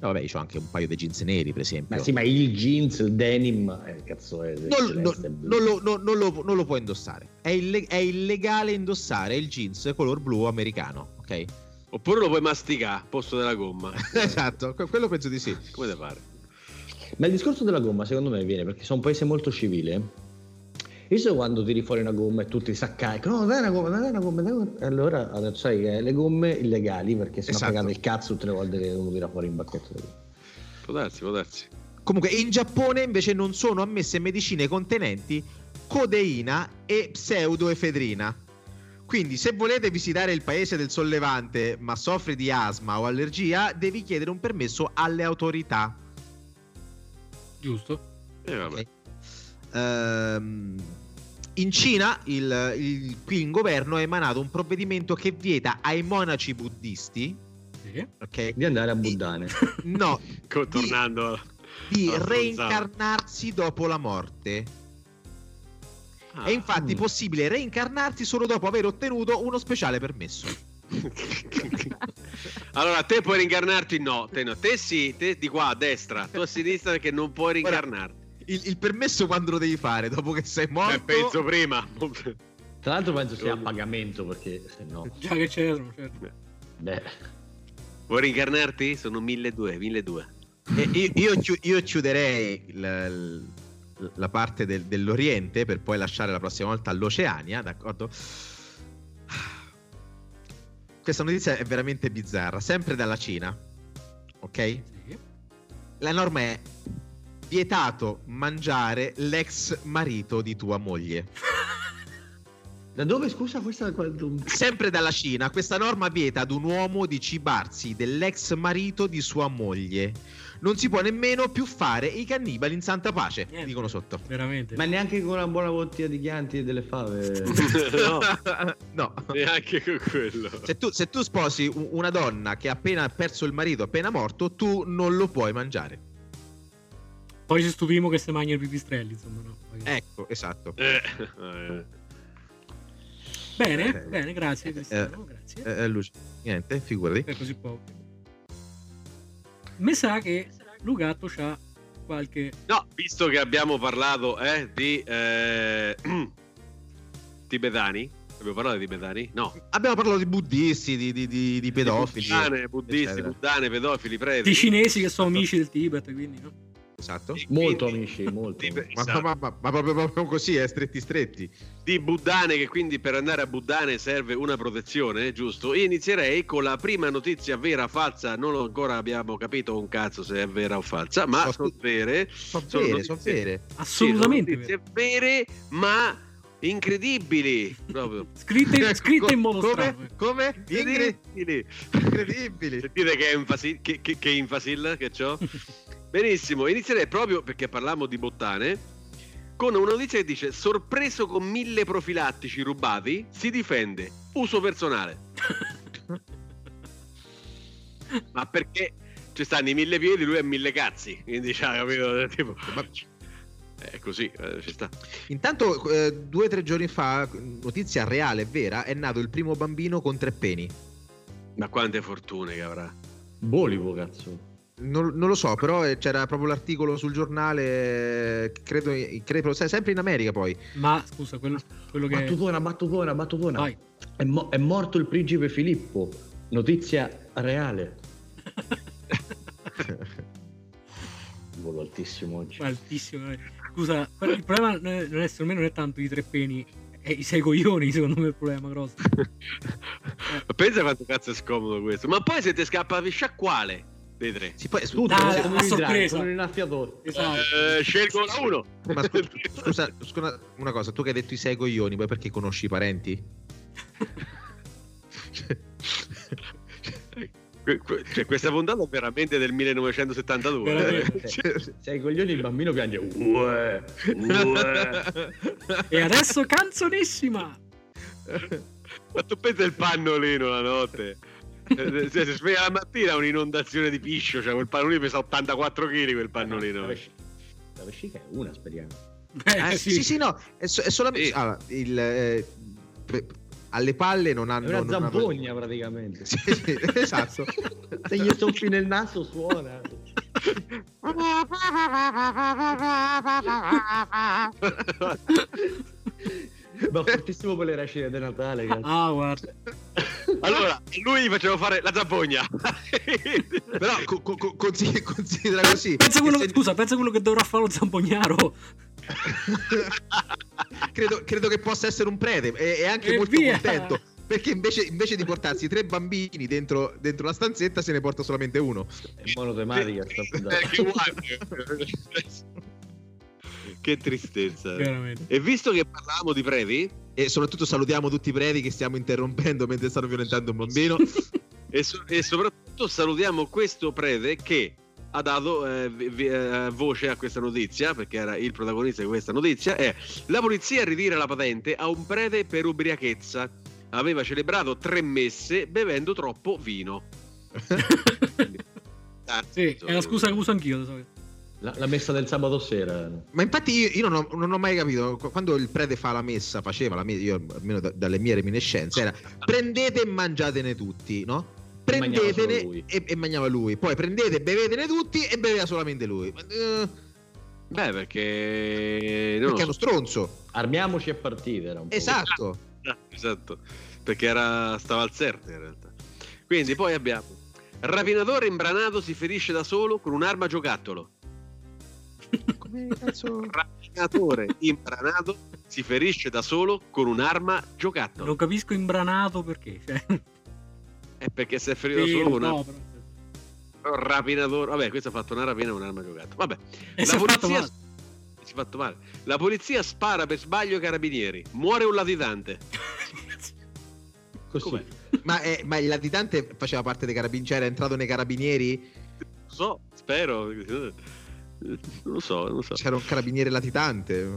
Speaker 3: No, vabbè, io ho anche un paio di jeans neri, per esempio.
Speaker 4: Ma sì, ma il jeans, il denim, eh, cazzo è
Speaker 3: non, non-
Speaker 4: celeste e blu.
Speaker 3: non lo, no- non lo- non lo può indossare. È, ille- è illegale indossare il jeans color blu americano, ok? [LAUGHS]
Speaker 5: Oppure lo puoi masticare al posto della gomma.
Speaker 3: esatto, que- quello penso di sì.
Speaker 5: Come te pare?
Speaker 4: Ma il discorso della gomma secondo me viene perché sono un paese molto civile. Io so quando tiri fuori una gomma e tutti saccaricano, no dai una gomma, dai una gomma, dai una gomma. E Allora adesso sai che le gomme illegali perché sono
Speaker 3: Esatto.
Speaker 4: pagate il cazzo tutte le volte che uno tira fuori un bacchetto. di gomma.
Speaker 5: Può darsi, può darsi.
Speaker 3: Comunque, in Giappone invece non sono ammesse medicine contenenti codeina e pseudoefedrina. Quindi, se volete visitare il paese del sollevante ma soffri di asma o allergia, devi chiedere un permesso alle autorità.
Speaker 2: Giusto?
Speaker 5: E vabbè.
Speaker 4: Eh,
Speaker 3: Ok. Ehm, in Cina, il, il- qui il governo ha emanato un provvedimento che vieta ai monaci buddisti,
Speaker 2: Sì.
Speaker 3: ok?
Speaker 4: Di andare a buddane.
Speaker 3: [LAUGHS] No,
Speaker 5: Co- Tornando alla-
Speaker 3: di
Speaker 5: alla Gonzalo.
Speaker 3: reincarnarsi dopo la morte.
Speaker 5: Ah.
Speaker 3: È infatti
Speaker 4: Mm.
Speaker 3: possibile reincarnarsi solo dopo aver ottenuto uno speciale permesso.
Speaker 5: Ah. allora, te puoi rincarnarti? No, te no. Te sì, te di qua a destra, tu a sinistra perché non puoi
Speaker 3: Guarda,
Speaker 5: rincarnarti.
Speaker 3: Il, il permesso quando lo devi fare? Dopo che sei morto?
Speaker 5: Eh, penso prima. [LAUGHS]
Speaker 4: Tra l'altro penso sia a pagamento perché se no...
Speaker 2: [LAUGHS] Già che c'erano, certo.
Speaker 4: Beh,
Speaker 5: Vuoi rincarnarti? Sono 1200, 1200.
Speaker 3: E io, io chiu- io chiuderei la, la parte del- dell'Oriente per poi lasciare la prossima volta all'Oceania, d'accordo? Questa notizia è veramente bizzarra, sempre dalla Cina, ok?
Speaker 2: Sì.
Speaker 3: La norma è vietato mangiare l'ex marito di tua moglie.
Speaker 4: da dove scusa questa... Quando...
Speaker 3: Sempre dalla Cina, questa norma vieta ad un uomo di cibarsi dell'ex marito di sua moglie. Non si può nemmeno più fare i cannibali in santa pace,
Speaker 2: Niente.
Speaker 3: dicono sotto.
Speaker 2: Veramente.
Speaker 4: Ma neanche con una buona bottiglia di chianti e delle fave.
Speaker 5: [LAUGHS] no,
Speaker 3: [LAUGHS] no.
Speaker 5: neanche con quello.
Speaker 3: Se tu, se tu sposi u- una donna che ha appena perso il marito, appena morto, tu non lo puoi mangiare.
Speaker 2: Poi ci stupimo che se mangiano i pipistrelli, insomma, no. Eh, Magari.
Speaker 3: Ecco, esatto.
Speaker 5: Eh, eh.
Speaker 2: Bene,
Speaker 3: eh,
Speaker 2: bene, grazie
Speaker 3: eh,
Speaker 2: Cristiano,
Speaker 3: eh,
Speaker 2: grazie.
Speaker 3: Eh, eh, Luci, niente, figurati.
Speaker 2: Per così poco. Mi sa che Lugatto c'ha qualche...
Speaker 5: No, visto che abbiamo parlato eh, di eh, [CLEARS THROAT] tibetani, Abbiamo parlato di Betani? No.
Speaker 3: Abbiamo parlato di buddisti, di, di- di- di pedofili.
Speaker 5: Di buddane, buddisti,
Speaker 3: eccetera.
Speaker 5: buddane, pedofili, preti.
Speaker 2: Di cinesi che sono amici del Tibet, quindi no?
Speaker 3: Esatto.
Speaker 5: [LAUGHS]
Speaker 4: Molto amici, molto.
Speaker 3: Ma, ma- ma- ma proprio, proprio così, eh, stretti stretti.
Speaker 5: di Buddane, che quindi per andare a Buddane serve una protezione, giusto? Io inizierei con la prima notizia vera, falsa, non ancora abbiamo capito un cazzo se è vera o falsa, ma
Speaker 3: So-
Speaker 5: sono vere.
Speaker 3: Sono vere, sono
Speaker 5: notizie-
Speaker 3: vere. [LAUGHS]
Speaker 2: Assolutamente
Speaker 5: Sì, sono notizie vere, ma incredibili, proprio.
Speaker 3: [LAUGHS]
Speaker 2: Scritte, scritte in modo
Speaker 3: Ecco, come,
Speaker 2: strano.
Speaker 4: eh.
Speaker 2: eh.
Speaker 3: Come? Ingre-
Speaker 5: Incredibili.
Speaker 3: Incredibili.
Speaker 5: Sentite che enfasi, che, che, che infasil che
Speaker 4: [LAUGHS]
Speaker 5: c'ho. Benissimo, inizierei proprio perché parlavamo di bottane. Con una notizia che dice: Sorpreso con mille profilattici rubati, si difende. Uso personale.
Speaker 4: [LAUGHS]
Speaker 5: Ma perché ci stanno i mille piedi, lui ha mille cazzi. Quindi, c'ha, capito? Tipo, È così, eh, ci sta.
Speaker 3: Intanto, eh, due o tre giorni fa, notizia reale e vera, è nato il primo bambino con tre peni.
Speaker 5: Ma quante fortune che avrà.
Speaker 4: Bolivo, cazzo.
Speaker 3: Non, non lo so, però eh, c'era proprio l'articolo sul giornale, eh, credo, credo sai, sempre in America poi.
Speaker 2: Ma scusa, quello, quello che.
Speaker 4: Battutona, battutona, battutona.
Speaker 2: Vai.
Speaker 4: È, mo- è morto il principe Filippo. Notizia
Speaker 3: [LAUGHS]
Speaker 4: reale. Volo altissimo oggi.
Speaker 2: Ma altissimo. eh. Scusa, però il problema non è- non è, secondo me non è tanto i tre peni, è i sei coglioni, secondo me è il problema grosso.
Speaker 5: Pensa quanto cazzo è scomodo questo. Ma poi se ti scappa vi sciacquale dei tre.
Speaker 3: Sì, poi,
Speaker 4: Tutto
Speaker 2: Dai,
Speaker 4: così,
Speaker 2: a
Speaker 4: come un drag,
Speaker 2: sorpresa.
Speaker 4: come un innaffiatore.
Speaker 2: Esatto.
Speaker 5: Eh, scelgo la uno.
Speaker 3: Ma scu- scusa, scusa, una cosa, tu che hai detto i sei coglioni, poi perché conosci i parenti?
Speaker 5: Que- que- cioè, questa puntata è veramente del 1972. eh.
Speaker 2: Veramente.
Speaker 4: Cioè, Sei coglioni, il bambino piange. Uè, uè.
Speaker 2: E adesso canzonissima!
Speaker 5: [LAUGHS] Ma tu pensi al pannolino la notte? Eh, Se si sveglia la mattina un'inondazione di piscio, cioè quel pannolino pesa 84 kg quel pannolino.
Speaker 4: La vesci- la vescica è una, speriamo. Ah,
Speaker 2: Beh,
Speaker 3: Eh, sì. sì, no, è, so- è solamente...
Speaker 5: Sì.
Speaker 3: allora, il, eh, pe- alle palle non
Speaker 4: È
Speaker 3: hanno...
Speaker 4: una
Speaker 3: non hanno-
Speaker 4: zampogna praticamente.
Speaker 3: Sì, sì, [LAUGHS] esatto.
Speaker 4: Se gli soffi nel naso suona. Va fortissimo per le racine di Natale, cazzo.
Speaker 2: Ah, guarda.
Speaker 5: Allora, lui gli faceva fare la zappogna.
Speaker 3: Però co- co- co- consi- considera
Speaker 4: [LAUGHS]
Speaker 3: così.
Speaker 2: Pensa quello,
Speaker 3: che se-
Speaker 2: Scusa, pensa quello che dovrà fare lo zampognaro.
Speaker 3: credo, credo che possa essere un prete e, e anche
Speaker 2: E
Speaker 3: molto
Speaker 2: via.
Speaker 3: contento. Perché invece, invece di portarsi tre bambini dentro, dentro la stanzetta, se ne porta solamente uno.
Speaker 4: È monotematica sta puntata.
Speaker 5: Eh, che guarda. che tristezza.
Speaker 2: Veramente.
Speaker 5: E visto che parlavamo di preti,
Speaker 3: E soprattutto salutiamo tutti i preti che stiamo interrompendo mentre stanno violentando un
Speaker 4: [LAUGHS]
Speaker 3: bambino.
Speaker 5: E, so- e soprattutto salutiamo questo prete che ha dato eh, vi- vi- eh, voce a questa notizia, perché era il protagonista di questa notizia, è la polizia ritira la patente a un prete per ubriachezza. Aveva celebrato tre messe bevendo troppo vino.
Speaker 2: [LAUGHS] Sì, è la scusa che uso anch'io. lo so.
Speaker 4: La, la messa del sabato sera.
Speaker 3: Ma infatti io, io non, ho, non ho mai capito, qu- quando il prete fa la messa, faceva la messa, io almeno da- dalle mie reminiscenze, era prendete e mangiatene tutti, no?
Speaker 4: E mangiava solo
Speaker 3: Prendetene
Speaker 4: lui.
Speaker 3: e, e mangiava lui. Poi prendete e bevetene tutti e beveva solamente lui. Ma, eh,
Speaker 5: Beh, perché... Non
Speaker 3: perché
Speaker 5: lo
Speaker 3: è uno
Speaker 5: so.
Speaker 3: stronzo.
Speaker 4: Armiamoci a partire. Era un po'. [LAUGHS]
Speaker 3: Esatto.
Speaker 5: Esatto, perché era... stava al CERT in realtà. Quindi poi abbiamo... Rapinatore imbranato si ferisce da solo con un'arma giocattolo.
Speaker 3: Come cazzo?
Speaker 5: rapinatore imbranato si ferisce da solo con un'arma giocattolo.
Speaker 2: Non capisco imbranato perché. Cioè,
Speaker 5: È perché si è ferito da
Speaker 2: sì,
Speaker 5: solo
Speaker 2: no,
Speaker 5: con
Speaker 2: però-
Speaker 5: un rapinatore. Vabbè, questo ha fatto una rapina con un'arma giocattolo. Vabbè,
Speaker 2: E si è fatto male.
Speaker 5: si è fatto male. La polizia spara per sbaglio ai carabinieri. Muore un latitante.
Speaker 4: Così.
Speaker 5: Com'è?
Speaker 3: ma, eh, ma il latitante faceva parte dei carabinieri, cioè era entrato nei carabinieri?
Speaker 5: Non so, spero. Non lo so, non lo so.
Speaker 3: C'era un carabiniere latitante.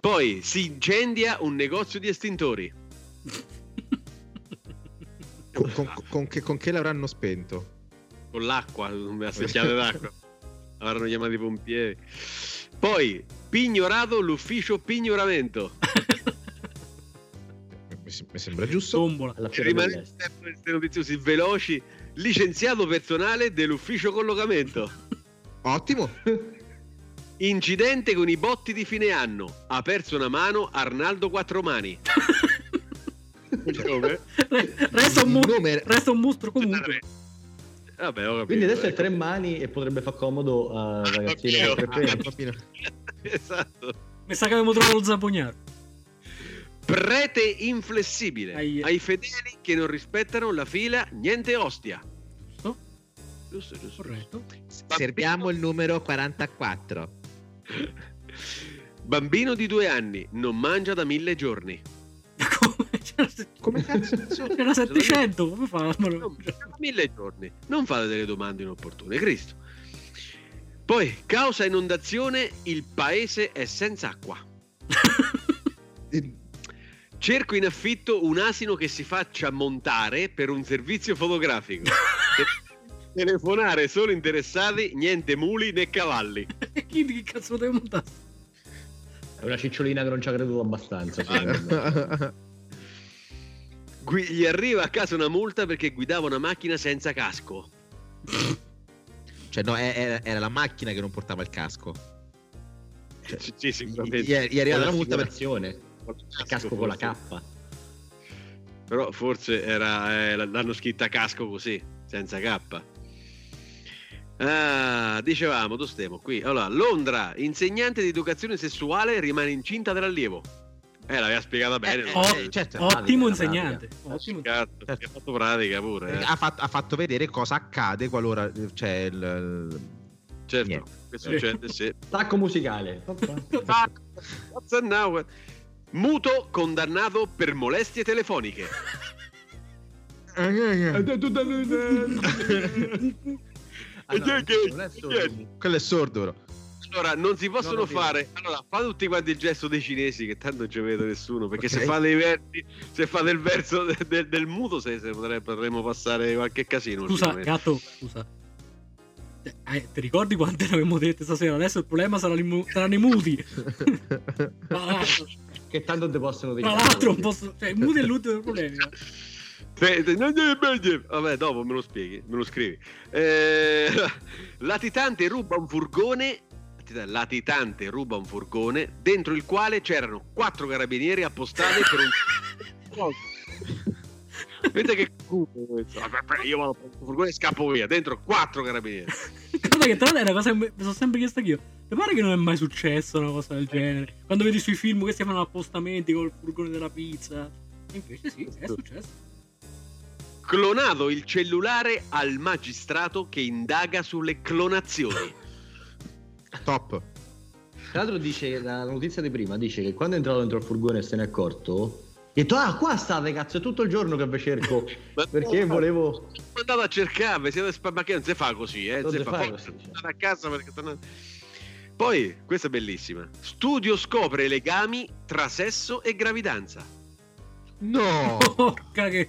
Speaker 5: Poi si incendia un negozio di estintori.
Speaker 3: Con,
Speaker 4: [LAUGHS]
Speaker 3: con- con che, con che l'avranno spento?
Speaker 5: con l'acqua, non [LAUGHS] me la secchiate d'acqua. Avranno chiamato i pompieri. Poi, pignorato l'ufficio pignoramento.
Speaker 3: Mi, se- mi sembra giusto.
Speaker 2: [LAUGHS] Tombola.
Speaker 4: Alla fiera
Speaker 5: Rimanendo
Speaker 4: dell'est.
Speaker 5: sempre queste notiziosi veloci, licenziato personale dell'ufficio collocamento.
Speaker 3: Ottimo.
Speaker 5: [LAUGHS] Incidente con i botti di fine anno. Ha perso una mano Arnaldo Quattromani. Il nome?
Speaker 2: Resta un, mostro, resta un mostro comunque.
Speaker 5: Vabbè, ho capito.
Speaker 4: Quindi adesso è
Speaker 5: ecco.
Speaker 4: tre mani e potrebbe far comodo a
Speaker 3: Eh,
Speaker 4: ragazzino con tre pene.
Speaker 5: Esatto.
Speaker 2: Mi sa che abbiamo trovato lo zabognaro.
Speaker 5: Prete inflessibile
Speaker 2: eh.
Speaker 5: ai fedeli che non rispettano la fila, niente ostia.
Speaker 2: Giusto?
Speaker 5: Giusto, giusto.
Speaker 2: [LAUGHS] Corretto.
Speaker 3: Serviamo il numero 44.
Speaker 5: Bambino di due anni non mangia da mille giorni.
Speaker 3: Come cazzo?
Speaker 2: C'era 700, come fa?
Speaker 5: Non
Speaker 2: [LAUGHS]
Speaker 5: mangia da mille giorni. Non fate delle domande inopportune, Cristo. Poi, causa inondazione, il paese è senza
Speaker 3: [LAUGHS]
Speaker 5: acqua. Cerco in affitto un asino che si faccia montare per un servizio fotografico.
Speaker 3: [LAUGHS]
Speaker 5: Te- Telefonare solo interessati, niente muli né cavalli.
Speaker 2: Chi che cazzo deve montare?
Speaker 4: È una cicciolina che non ci ha creduto abbastanza. secondo me.
Speaker 5: Gui- gli arriva a casa una multa perché guidava una macchina senza casco.
Speaker 3: [LAUGHS] Cioè, no, è- era, era la macchina che non portava il casco.
Speaker 5: Sì, sì, sicuramente.
Speaker 3: Cioè, Gli è gli è
Speaker 4: Con
Speaker 3: arrivata la multa per
Speaker 4: l'assicurazione. Il casco con la K.
Speaker 5: Però forse era, eh, l'hanno scritta casco così, senza K. Ah, dicevamo, dove stiamo qui? Allora, Londra, insegnante di educazione sessuale, rimane incinta dell'allievo. Eh, l'aveva spiegata bene. non
Speaker 2: oh,
Speaker 5: è-
Speaker 3: certo.
Speaker 2: Ottimo
Speaker 3: Pratica,
Speaker 2: insegnante. Ottimo.
Speaker 5: Cazzo, si è fatto pratica pure. certo. eh.
Speaker 3: ha, fatto, ha fatto vedere cosa accade qualora eh, c'è il.
Speaker 5: certo,
Speaker 3: niente.
Speaker 5: che succede se...
Speaker 4: Tacco musicale.
Speaker 5: Ah, [LAUGHS] what's that now? Muto condannato per molestie telefoniche.
Speaker 4: Ah, no, non è solo-
Speaker 3: Quello è sordo, però.
Speaker 5: Allora, non si possono
Speaker 4: No, non
Speaker 5: fare. Allora, fa tutti quanti il gesto dei cinesi, che tanto non ci vedo nessuno. Perché
Speaker 3: Ok.
Speaker 5: se fa dei versi, se fa del verso de- del, del muto, se, se potre- potremmo passare qualche casino.
Speaker 2: Scusa,
Speaker 5: ultimamente.
Speaker 2: gatto, scusa. Eh, ti ricordi quante ne avevamo dette stasera? Adesso il problema sarà l'immu- saranno i muti. Tra l'altro-
Speaker 4: Che tanto te possono dire.
Speaker 2: tra l'altro, un po' so- cioè, il muto è l'ultimo problema.
Speaker 5: Se- se- non- non- non- non- Vabbè, dopo me lo spieghi, me lo scrivi. Eh, latitante ruba un furgone. Latitante ruba un furgone dentro il quale c'erano quattro carabinieri appostati per un.
Speaker 4: [LAUGHS]
Speaker 5: Vedete che culo questo. Vabbè, vabbè, Io vado a prendere il furgone e scappo via. Dentro quattro carabinieri.
Speaker 2: Guarda che tra l'altro è una cosa che mi mi sono sempre chiesto anch'io. Ti pare che non è mai successa una cosa del genere? Quando vedi sui film che si fanno appostamenti col furgone della pizza. E Invece sì, è successo.
Speaker 5: Clonato il cellulare al magistrato che indaga sulle clonazioni.
Speaker 3: Top.
Speaker 4: Tra l'altro dice, la notizia di prima dice che quando è entrato dentro il furgone e se n'è accorto, ha detto, ah qua state cazzo, è tutto il giorno che vi cerco,
Speaker 5: Ma-
Speaker 4: perché volevo...
Speaker 5: Sono andato a cercare, siete spa- ma che non si fa così, eh?
Speaker 4: Non
Speaker 5: si
Speaker 4: si
Speaker 5: fa
Speaker 4: fa
Speaker 5: poi
Speaker 4: così,
Speaker 5: sono
Speaker 4: cioè.
Speaker 5: andato a casa perché sono- Poi, questa è bellissima. Studio scopre legami tra sesso e gravidanza.
Speaker 3: No!
Speaker 2: Porca che.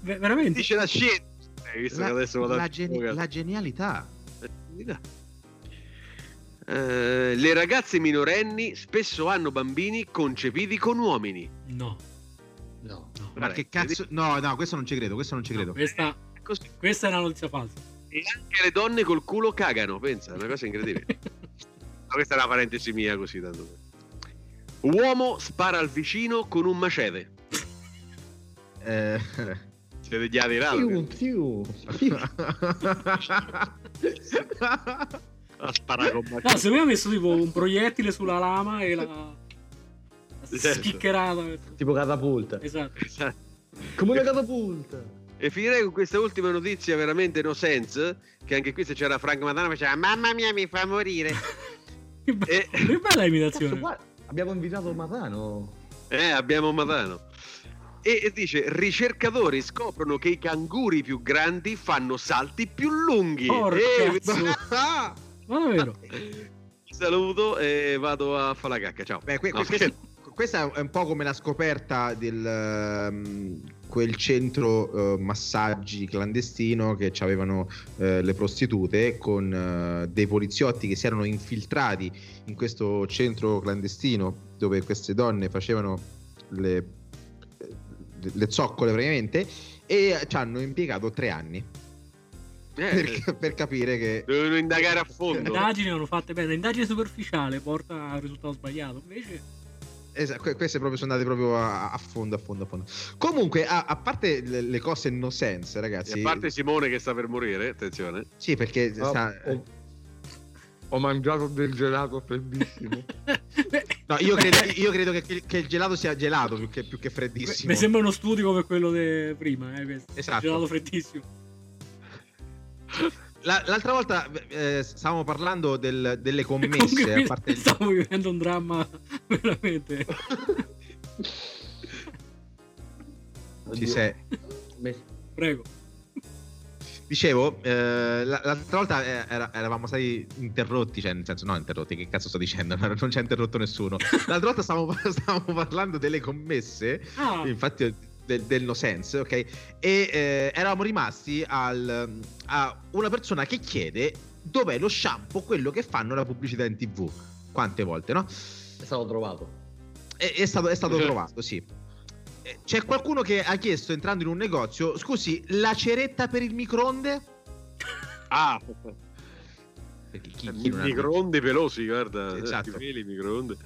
Speaker 2: Ve- veramente?
Speaker 5: Dice la scienza. Hai visto
Speaker 3: La,
Speaker 5: che adesso vado a-
Speaker 3: la geni- la genialità.
Speaker 5: Eh, le ragazze minorenni spesso hanno bambini concepiti con uomini.
Speaker 2: No.
Speaker 4: No.
Speaker 3: Ma che cazzo? No, no, questo non ci credo, questo non ci credo.
Speaker 2: Questa,
Speaker 5: Così.
Speaker 2: questa è una notizia falsa.
Speaker 5: E anche le donne col culo cagano, pensa, è una cosa incredibile. Ma questa è una parentesi mia così tanto. Uomo spara al vicino con un macete.
Speaker 3: Eh.
Speaker 5: Siete degli adirati. [LAUGHS]
Speaker 4: Più, più.
Speaker 5: a sparare con
Speaker 2: No, se lui ha messo tipo un proiettile sulla lama e la. la
Speaker 5: Certo.
Speaker 2: schiccherata.
Speaker 4: tipo catapulta.
Speaker 2: Esatto.
Speaker 4: Come una catapulta.
Speaker 5: E finirei con questa ultima notizia veramente no sense, che anche qui se c'era Frank Madana faceva "Mamma mia, mi fa morire".
Speaker 2: Che, be-
Speaker 5: Eh.
Speaker 2: che bella
Speaker 4: Cazzo,
Speaker 2: imitazione.
Speaker 4: guarda, abbiamo invitato Matano.
Speaker 5: Eh, abbiamo Matano. E, e dice "Ricercatori scoprono che i canguri più grandi fanno salti più lunghi".
Speaker 2: Porca
Speaker 5: Eh,
Speaker 2: zozza. Ma davvero?
Speaker 5: Vi saluto e vado a fare la cacca. Ciao.
Speaker 3: Beh, que-
Speaker 5: No, [LAUGHS]
Speaker 3: que-
Speaker 5: scherzo.
Speaker 3: questa è un po' come la scoperta del ehm, quel centro eh, massaggi clandestino che avevano le prostitute con eh, dei poliziotti che si erano infiltrati in questo centro clandestino dove queste donne facevano le, le zoccole praticamente e ci hanno impiegato tre anni
Speaker 5: Eh,
Speaker 3: per, per capire che
Speaker 5: Dovevano indagare a
Speaker 2: Le
Speaker 5: fondo.
Speaker 2: indagini erano fatte bene. L'indagine superficiale porta al risultato sbagliato. Invece,
Speaker 3: Esa- que- queste proprio sono andate proprio a, a fondo, a fondo, a fondo. Comunque, a, a parte le, le cose no sense,
Speaker 5: E
Speaker 3: ragazzi.
Speaker 5: a parte Simone che sta per morire, attenzione.
Speaker 3: Sì, perché
Speaker 5: Ah,
Speaker 3: sta- eh,
Speaker 5: oh.
Speaker 6: Ho mangiato del gelato
Speaker 2: [LAUGHS]
Speaker 6: freddissimo.
Speaker 3: No, io credo, io credo che, che il gelato sia gelato più che, più che freddissimo.
Speaker 2: Mi sembra uno studio come quello de prima, eh, questo.
Speaker 3: Esatto.
Speaker 2: Gelato freddissimo.
Speaker 3: La- l'altra volta eh, stavamo parlando del- delle commesse. a parte-
Speaker 2: Stavo vivendo un dramma [LAUGHS] veramente.
Speaker 3: ci sei.
Speaker 2: Prego.
Speaker 3: Dicevo, eh, la- l'altra volta eh, era- eravamo stati interrotti, cioè nel senso no interrotti, che cazzo sto dicendo, [LAUGHS] No, non ci ha interrotto nessuno. L'altra volta stavamo, [LAUGHS] stavamo parlando delle commesse,
Speaker 2: Ah.
Speaker 3: infatti del, del no sense, ok? E eh, eravamo rimasti al- a una persona che chiede dov'è lo shampoo, quello che fanno la pubblicità in tv. Quante volte, no?
Speaker 4: È stato trovato.
Speaker 3: È, è stato, è stato
Speaker 4: Certo.
Speaker 3: trovato, sì. Eh, C'è qualcuno che ha chiesto entrando in un negozio, scusi, la ceretta per il microonde?
Speaker 5: Ah,
Speaker 3: Perché chi, chi non ha-
Speaker 5: microonde pelosi, guarda.
Speaker 3: Esatto.
Speaker 5: Esatto. Peli, microonde.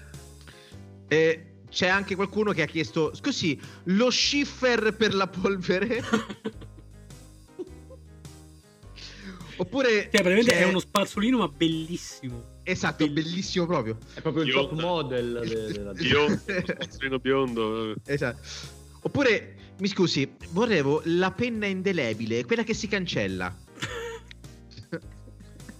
Speaker 3: Eh, c'è anche qualcuno che ha chiesto, scusi, lo shiffer per la
Speaker 2: [LAUGHS]
Speaker 3: polvere? Oppure...
Speaker 2: Cioè, praticamente
Speaker 3: c'è-
Speaker 2: è uno spazzolino ma bellissimo. [LAUGHS]
Speaker 3: Esatto, bellissimo proprio.
Speaker 4: È proprio il top
Speaker 5: Bionda. [LAUGHS]
Speaker 4: model de- della
Speaker 5: Biondo, spazzolino biondo. eh.
Speaker 3: Esatto. Oppure, mi scusi, vorrevo la penna indelebile, quella che si cancella.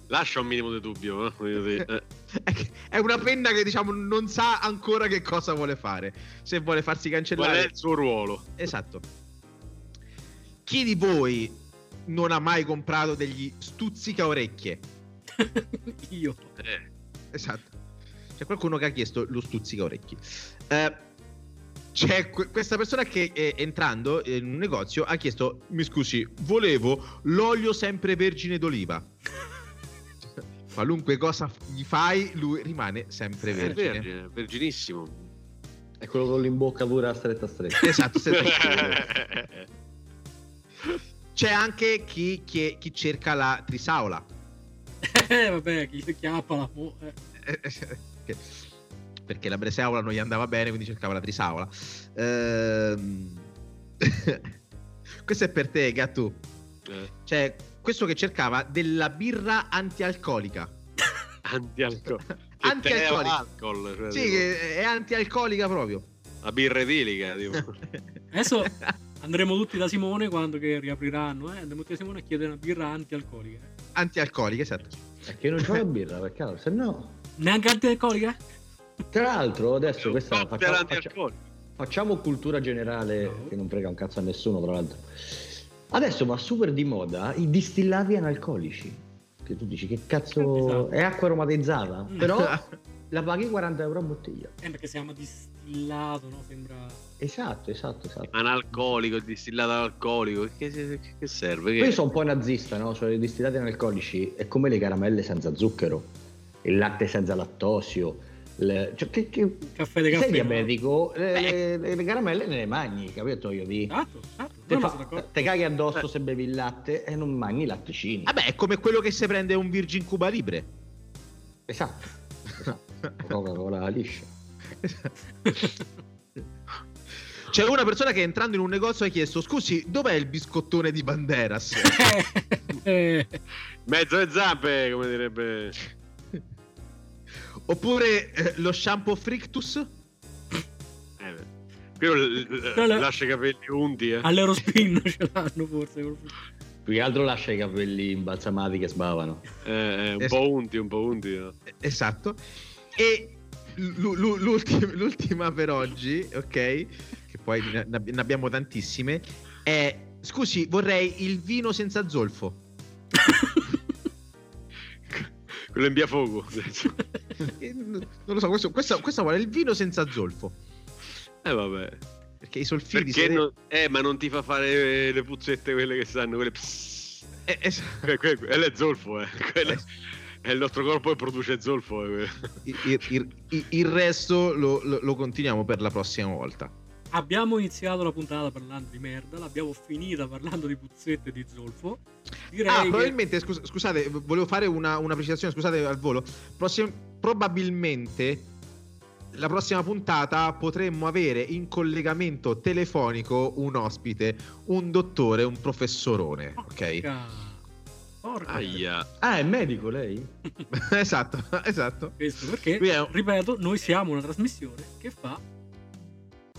Speaker 5: Lascia un minimo di dubbio, no? Voglio
Speaker 3: [LAUGHS]
Speaker 5: dire, eh.
Speaker 3: È una penna che diciamo non sa ancora che cosa vuole fare. Se vuole farsi cancellare.
Speaker 5: Qual è il suo ruolo?
Speaker 3: Esatto. Chi di voi non ha mai comprato degli stuzzica orecchie?
Speaker 2: Io.
Speaker 5: Eh,
Speaker 3: Esatto. C'è qualcuno che ha chiesto lo stuzzica orecchi. Eh, c'è que- questa persona che eh, entrando in un negozio ha chiesto: Mi scusi, volevo l'olio semprevergine [LAUGHS] d'oliva. Qualunque cosa f- gli fai, lui rimane sempre
Speaker 5: È
Speaker 3: vergine.
Speaker 5: Eh, vergine, verginissimo.
Speaker 4: È quello con l'imboccatura stretta stretta.
Speaker 3: Esatto, [LAUGHS] sempre- C'è anche chi, chi- chi cerca la trisaola.
Speaker 2: [LAUGHS] Eh, vabbè, chi chiappa la
Speaker 3: Eh, eh, perché- [LAUGHS] perché la bresaola non gli andava bene, quindi cercava la trisaola. Ehm, [LAUGHS] questo è per te, Gattu.
Speaker 5: [LAUGHS] Eh,
Speaker 3: Cioè, questo che cercava della birra antialcolica.
Speaker 5: antialcol.
Speaker 3: Antialcolica.
Speaker 5: Che alcol, cioè,
Speaker 3: Sì,
Speaker 5: tipo,
Speaker 3: che è antialcolica proprio.
Speaker 5: La birra etilica, tipo.
Speaker 3: Eh,
Speaker 2: Adesso andremo tutti da Simone quando che riapriranno, eh? Andremo tutti da Simone a chiedere eh. una birra antialcolica.
Speaker 3: [LAUGHS] Antialcolica, esatto.
Speaker 4: Perché non c'ho
Speaker 3: [LAUGHS]
Speaker 4: la birra, peccato, se no.
Speaker 2: Neanche eh? antialcolica?
Speaker 4: Tra l'altro,
Speaker 5: Eh,
Speaker 4: adesso questa
Speaker 5: Era
Speaker 4: facciamo, faccia-
Speaker 5: antialcolica.
Speaker 4: facciamo cultura generale che non frega un cazzo a nessuno, tra l'altro. Adesso va super di moda i distillati analcolici. Che tu dici che cazzo è acqua aromatizzata, però la paghi 40 euro a bottiglia.
Speaker 2: Eh, perché si chiama distillato, no? Sembra...
Speaker 4: Esatto, esatto, esatto.
Speaker 5: Analcolico, distillato alcolico. Che, che- che serve? Che...
Speaker 4: Io sono un po' nazista, no? Cioè, i distillati analcolici è come le caramelle senza zucchero, il latte senza lattosio. le- cioè, che, che-
Speaker 2: Caffè di
Speaker 4: sei
Speaker 2: caffè.
Speaker 4: diabetico, le, le- le caramelle ne mangi, capito? Io di.
Speaker 2: Esatto, esatto.
Speaker 4: Te,
Speaker 2: No, no,
Speaker 4: fa-
Speaker 2: sono d'accordo. [LAUGHS]
Speaker 4: te caghi addosso se bevi il latte e non mangi i latticini.
Speaker 3: Vabbè, è come quello che si prende un Virgin Cuba Libre.
Speaker 4: Esatto. [LAUGHS] Coca-Cola liscia.
Speaker 3: C'è Cioè, una persona che entrando in un negozio ha chiesto: Scusi, dov'è il biscottone di Banderas?
Speaker 2: Eh,
Speaker 5: Mezzo e zampe, come direbbe. eh,
Speaker 3: Oppure eh, lo shampoo Frictus?
Speaker 5: Eh, beh. Quello l- l-
Speaker 2: No, no.
Speaker 5: lascia i capelli unti,
Speaker 2: Ah.
Speaker 5: eh.
Speaker 2: All'Eurospin [LAUGHS] ce l'hanno forse.
Speaker 4: Più che altro lascia i capelli imbalsamati che sbavano.
Speaker 5: Eh, eh, un
Speaker 3: Es-
Speaker 5: po' unti, un po' unti. no.
Speaker 3: Esatto. E l'u- l'u- l'ultima, [LAUGHS] l'ultima per oggi, ok? Che poi ne, ne abbiamo tantissime. È scusi, vorrei il vino senza
Speaker 5: [LAUGHS]
Speaker 3: zolfo.
Speaker 5: Quello in via [LAUGHS] fuoco.
Speaker 3: Eh, Non lo so, questo, questa, questa vuole il vino senza zolfo.
Speaker 5: eh, vabbè.
Speaker 3: Perché i solfidi
Speaker 5: Perché
Speaker 3: sere- [LAUGHS]
Speaker 5: non- Eh, ma non ti fa fare eh, le puzzette quelle che stanno, quelle... pss.
Speaker 3: Eh, es-
Speaker 5: Que- que- Quello è zolfo, eh. Quello è- è il nostro corpo che produce zolfo. eh, quello.
Speaker 3: il, il- il- il resto lo, lo- lo continuiamo per la prossima volta.
Speaker 2: [LAUGHS] Abbiamo iniziato la puntata parlando di merda, l'abbiamo finita parlando di puzzette e di zolfo. Direi
Speaker 3: Ah,
Speaker 2: che-
Speaker 3: probabilmente, scus- scusate, volevo fare una, una precisazione, scusate al volo. Prossim- probabilmente la prossima puntata potremmo avere in collegamento telefonico un ospite, un dottore, un professorone,
Speaker 2: Oh,
Speaker 3: ok?
Speaker 5: Aia.
Speaker 3: Ah, è medico lei? [LAUGHS] esatto, [LAUGHS] esatto.
Speaker 2: Questo perché, ripeto, noi siamo una trasmissione che fa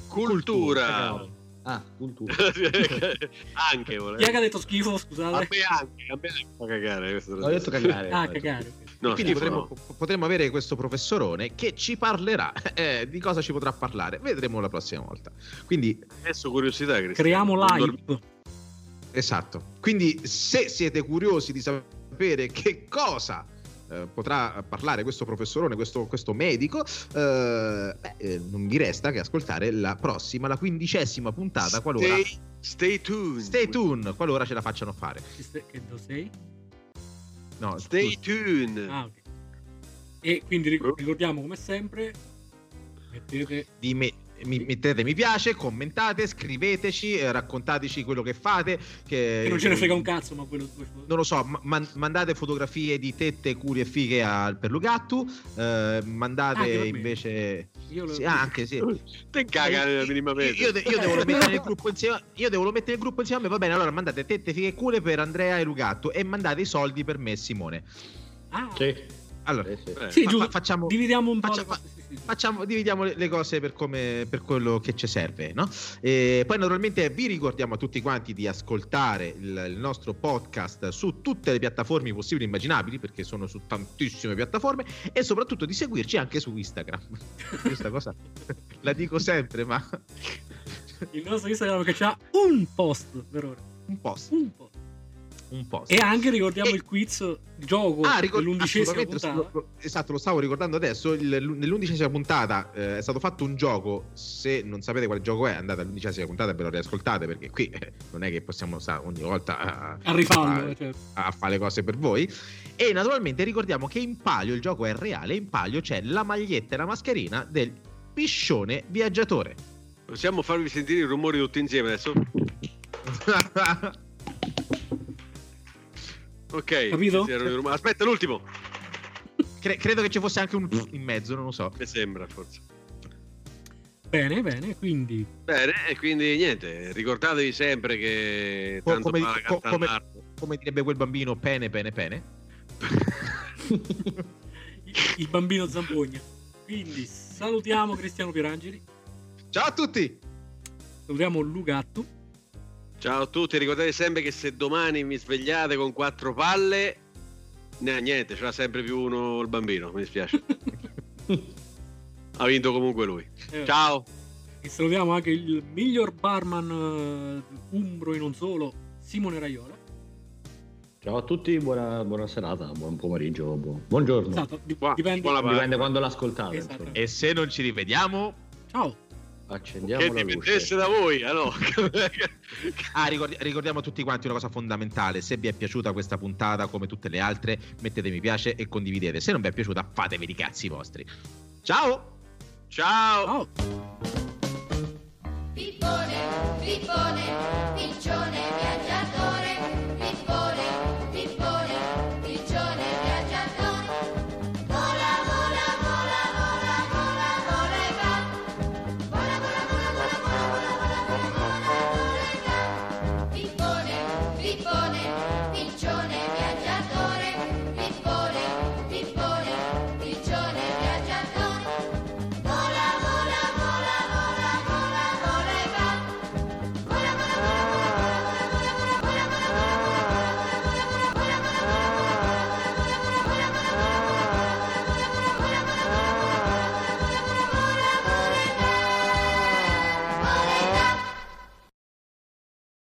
Speaker 5: Cultura.
Speaker 4: Ah, [LAUGHS] cultura.
Speaker 5: [LAUGHS] anche volevo.
Speaker 2: Chi è che ha detto schifo? Scusate.
Speaker 5: A me anche, a me anche fa cagare. questo lo
Speaker 3: Ho detto
Speaker 5: dico.
Speaker 3: cagare.
Speaker 2: Ah,
Speaker 3: cioè,
Speaker 2: cagare.
Speaker 5: No,
Speaker 3: Quindi
Speaker 5: schifo
Speaker 3: potremmo, potremmo avere questo professorone che ci parlerà [LAUGHS] eh, di cosa ci potrà parlare. Vedremo la prossima volta. Quindi
Speaker 5: Adesso curiosità, Cristiano.
Speaker 2: Creiamo
Speaker 5: Non
Speaker 2: live.
Speaker 5: dormi-
Speaker 3: Esatto. Quindi se siete curiosi di sapere che cosa eh, potrà parlare questo professorone, questo, questo medico, eh, beh, eh, non vi resta che ascoltare la prossima, la quindicesima puntata, qualora...
Speaker 5: Stay, stay tuned.
Speaker 3: Stay tuned, qualora ce la facciano fare.
Speaker 2: Che lo sei?
Speaker 3: No,
Speaker 5: Stay tuned.
Speaker 2: Ah, ok. E quindi ric- ricordiamo come sempre. Mettete
Speaker 3: di me- mi- mettete mi piace, commentate, scriveteci, eh, raccontateci quello che fate. Che,
Speaker 2: che non ce ne frega un cazzo, ma quello due foto.
Speaker 3: Eh, non lo so, ma- man- mandate fotografie di tette, curi e fighe al Perlugattu, eh,
Speaker 2: Anche
Speaker 3: mandate
Speaker 2: per me.
Speaker 3: invece...
Speaker 2: Io lo-
Speaker 3: Sì, ah, anche sì.
Speaker 5: Te caga
Speaker 3: Io-
Speaker 5: minimamente.
Speaker 3: Io, de- io
Speaker 2: [LAUGHS]
Speaker 3: devo mettere nel gruppo insieme. Io devo mettere nel gruppo insieme. a me, Va bene, allora mandate tette, fighe e cure per Andrea e Lugatto e mandate i soldi per me e Simone.
Speaker 2: Ah,
Speaker 3: Allora,
Speaker 2: sì,
Speaker 3: Eh, fa-
Speaker 2: giusto.
Speaker 3: fa- facciamo,
Speaker 2: Dividiamo un po'
Speaker 3: faccia-
Speaker 2: le cose, sì, sì, sì.
Speaker 3: facciamo- dividiamo le, le cose per, come, per quello che ci serve. No? E poi, naturalmente, vi ricordiamo a tutti quanti di ascoltare il, il nostro podcast su tutte le piattaforme possibili e immaginabili, perché sono su tantissime piattaforme, e soprattutto di seguirci anche su Instagram. [LAUGHS] Questa cosa la dico sempre, ma [LAUGHS]
Speaker 2: Il nostro Instagram che c'ha un post per ora.
Speaker 3: un post.
Speaker 2: Un post.
Speaker 3: Un post.
Speaker 2: E anche ricordiamo il quiz gioco
Speaker 3: Ah, ricor-
Speaker 2: dell'undicesima
Speaker 3: assolutamente,
Speaker 2: puntata.
Speaker 3: lo- lo- esatto, lo stavo ricordando adesso. il- l- nell'undicesima puntata eh, è stato fatto un gioco. Se non sapete quale gioco è, andate all'undicesima puntata e ve lo riascoltate perché qui eh, non è che possiamo sa, ogni volta a,
Speaker 2: A rifarlo,
Speaker 3: a-
Speaker 2: certo.
Speaker 3: a fare le cose per voi. E naturalmente ricordiamo che in palio il gioco è reale. In palio c'è la maglietta e la mascherina del piscione viaggiatore. [LAUGHS]
Speaker 5: Possiamo farvi sentire i rumori tutti insieme adesso? Ok.
Speaker 2: Capito?
Speaker 5: si erano i rumori. Aspetta, l'ultimo.
Speaker 3: Cre- credo che ci fosse anche un in mezzo, non lo so.
Speaker 5: Mi sembra, forse.
Speaker 2: Bene, bene, quindi
Speaker 5: Bene, e quindi niente, ricordatevi sempre che
Speaker 3: Co-
Speaker 5: tanto
Speaker 3: come,
Speaker 5: fa la
Speaker 3: co-
Speaker 5: carta
Speaker 3: come-
Speaker 5: all'arco.
Speaker 3: come direbbe quel bambino, pene, pene, pene.
Speaker 2: il bambino zampogna. Quindi salutiamo Cristiano Pierangeli,
Speaker 3: Ciao a tutti!
Speaker 2: salutiamo Lugatto.
Speaker 5: Ciao a tutti, ricordate sempre che se domani vi svegliate con quattro palle, ne, niente, ce l'ha sempre più uno il bambino, mi
Speaker 4: [LAUGHS]
Speaker 5: dispiace. ha vinto comunque lui.
Speaker 2: Eh,
Speaker 5: Ciao!
Speaker 2: E salutiamo anche il miglior barman eh, umbro e non solo, Simone Raiola.
Speaker 4: Ciao a tutti, buona, buona serata, buon pomeriggio, buon- buongiorno.
Speaker 2: Esatto, di-
Speaker 5: Buona-
Speaker 2: dipende.
Speaker 5: buona parte.
Speaker 4: Dipende quando l'ascoltate.
Speaker 2: Esatto.
Speaker 4: insomma.
Speaker 3: E se non ci rivediamo,
Speaker 2: Ciao.
Speaker 4: Accendiamo
Speaker 5: che
Speaker 4: la
Speaker 5: dipendesse
Speaker 4: luce.
Speaker 5: da voi,
Speaker 4: [LAUGHS]
Speaker 5: allora.
Speaker 3: Ah, ricordi- ricordiamo a tutti quanti una cosa fondamentale. Se vi è piaciuta questa puntata, come tutte le altre, mettete mi piace e condividete. Se non vi è piaciuta, fatevi i cazzi vostri. Ciao!
Speaker 5: Ciao!
Speaker 2: Ciao.
Speaker 1: Pippone, pippone,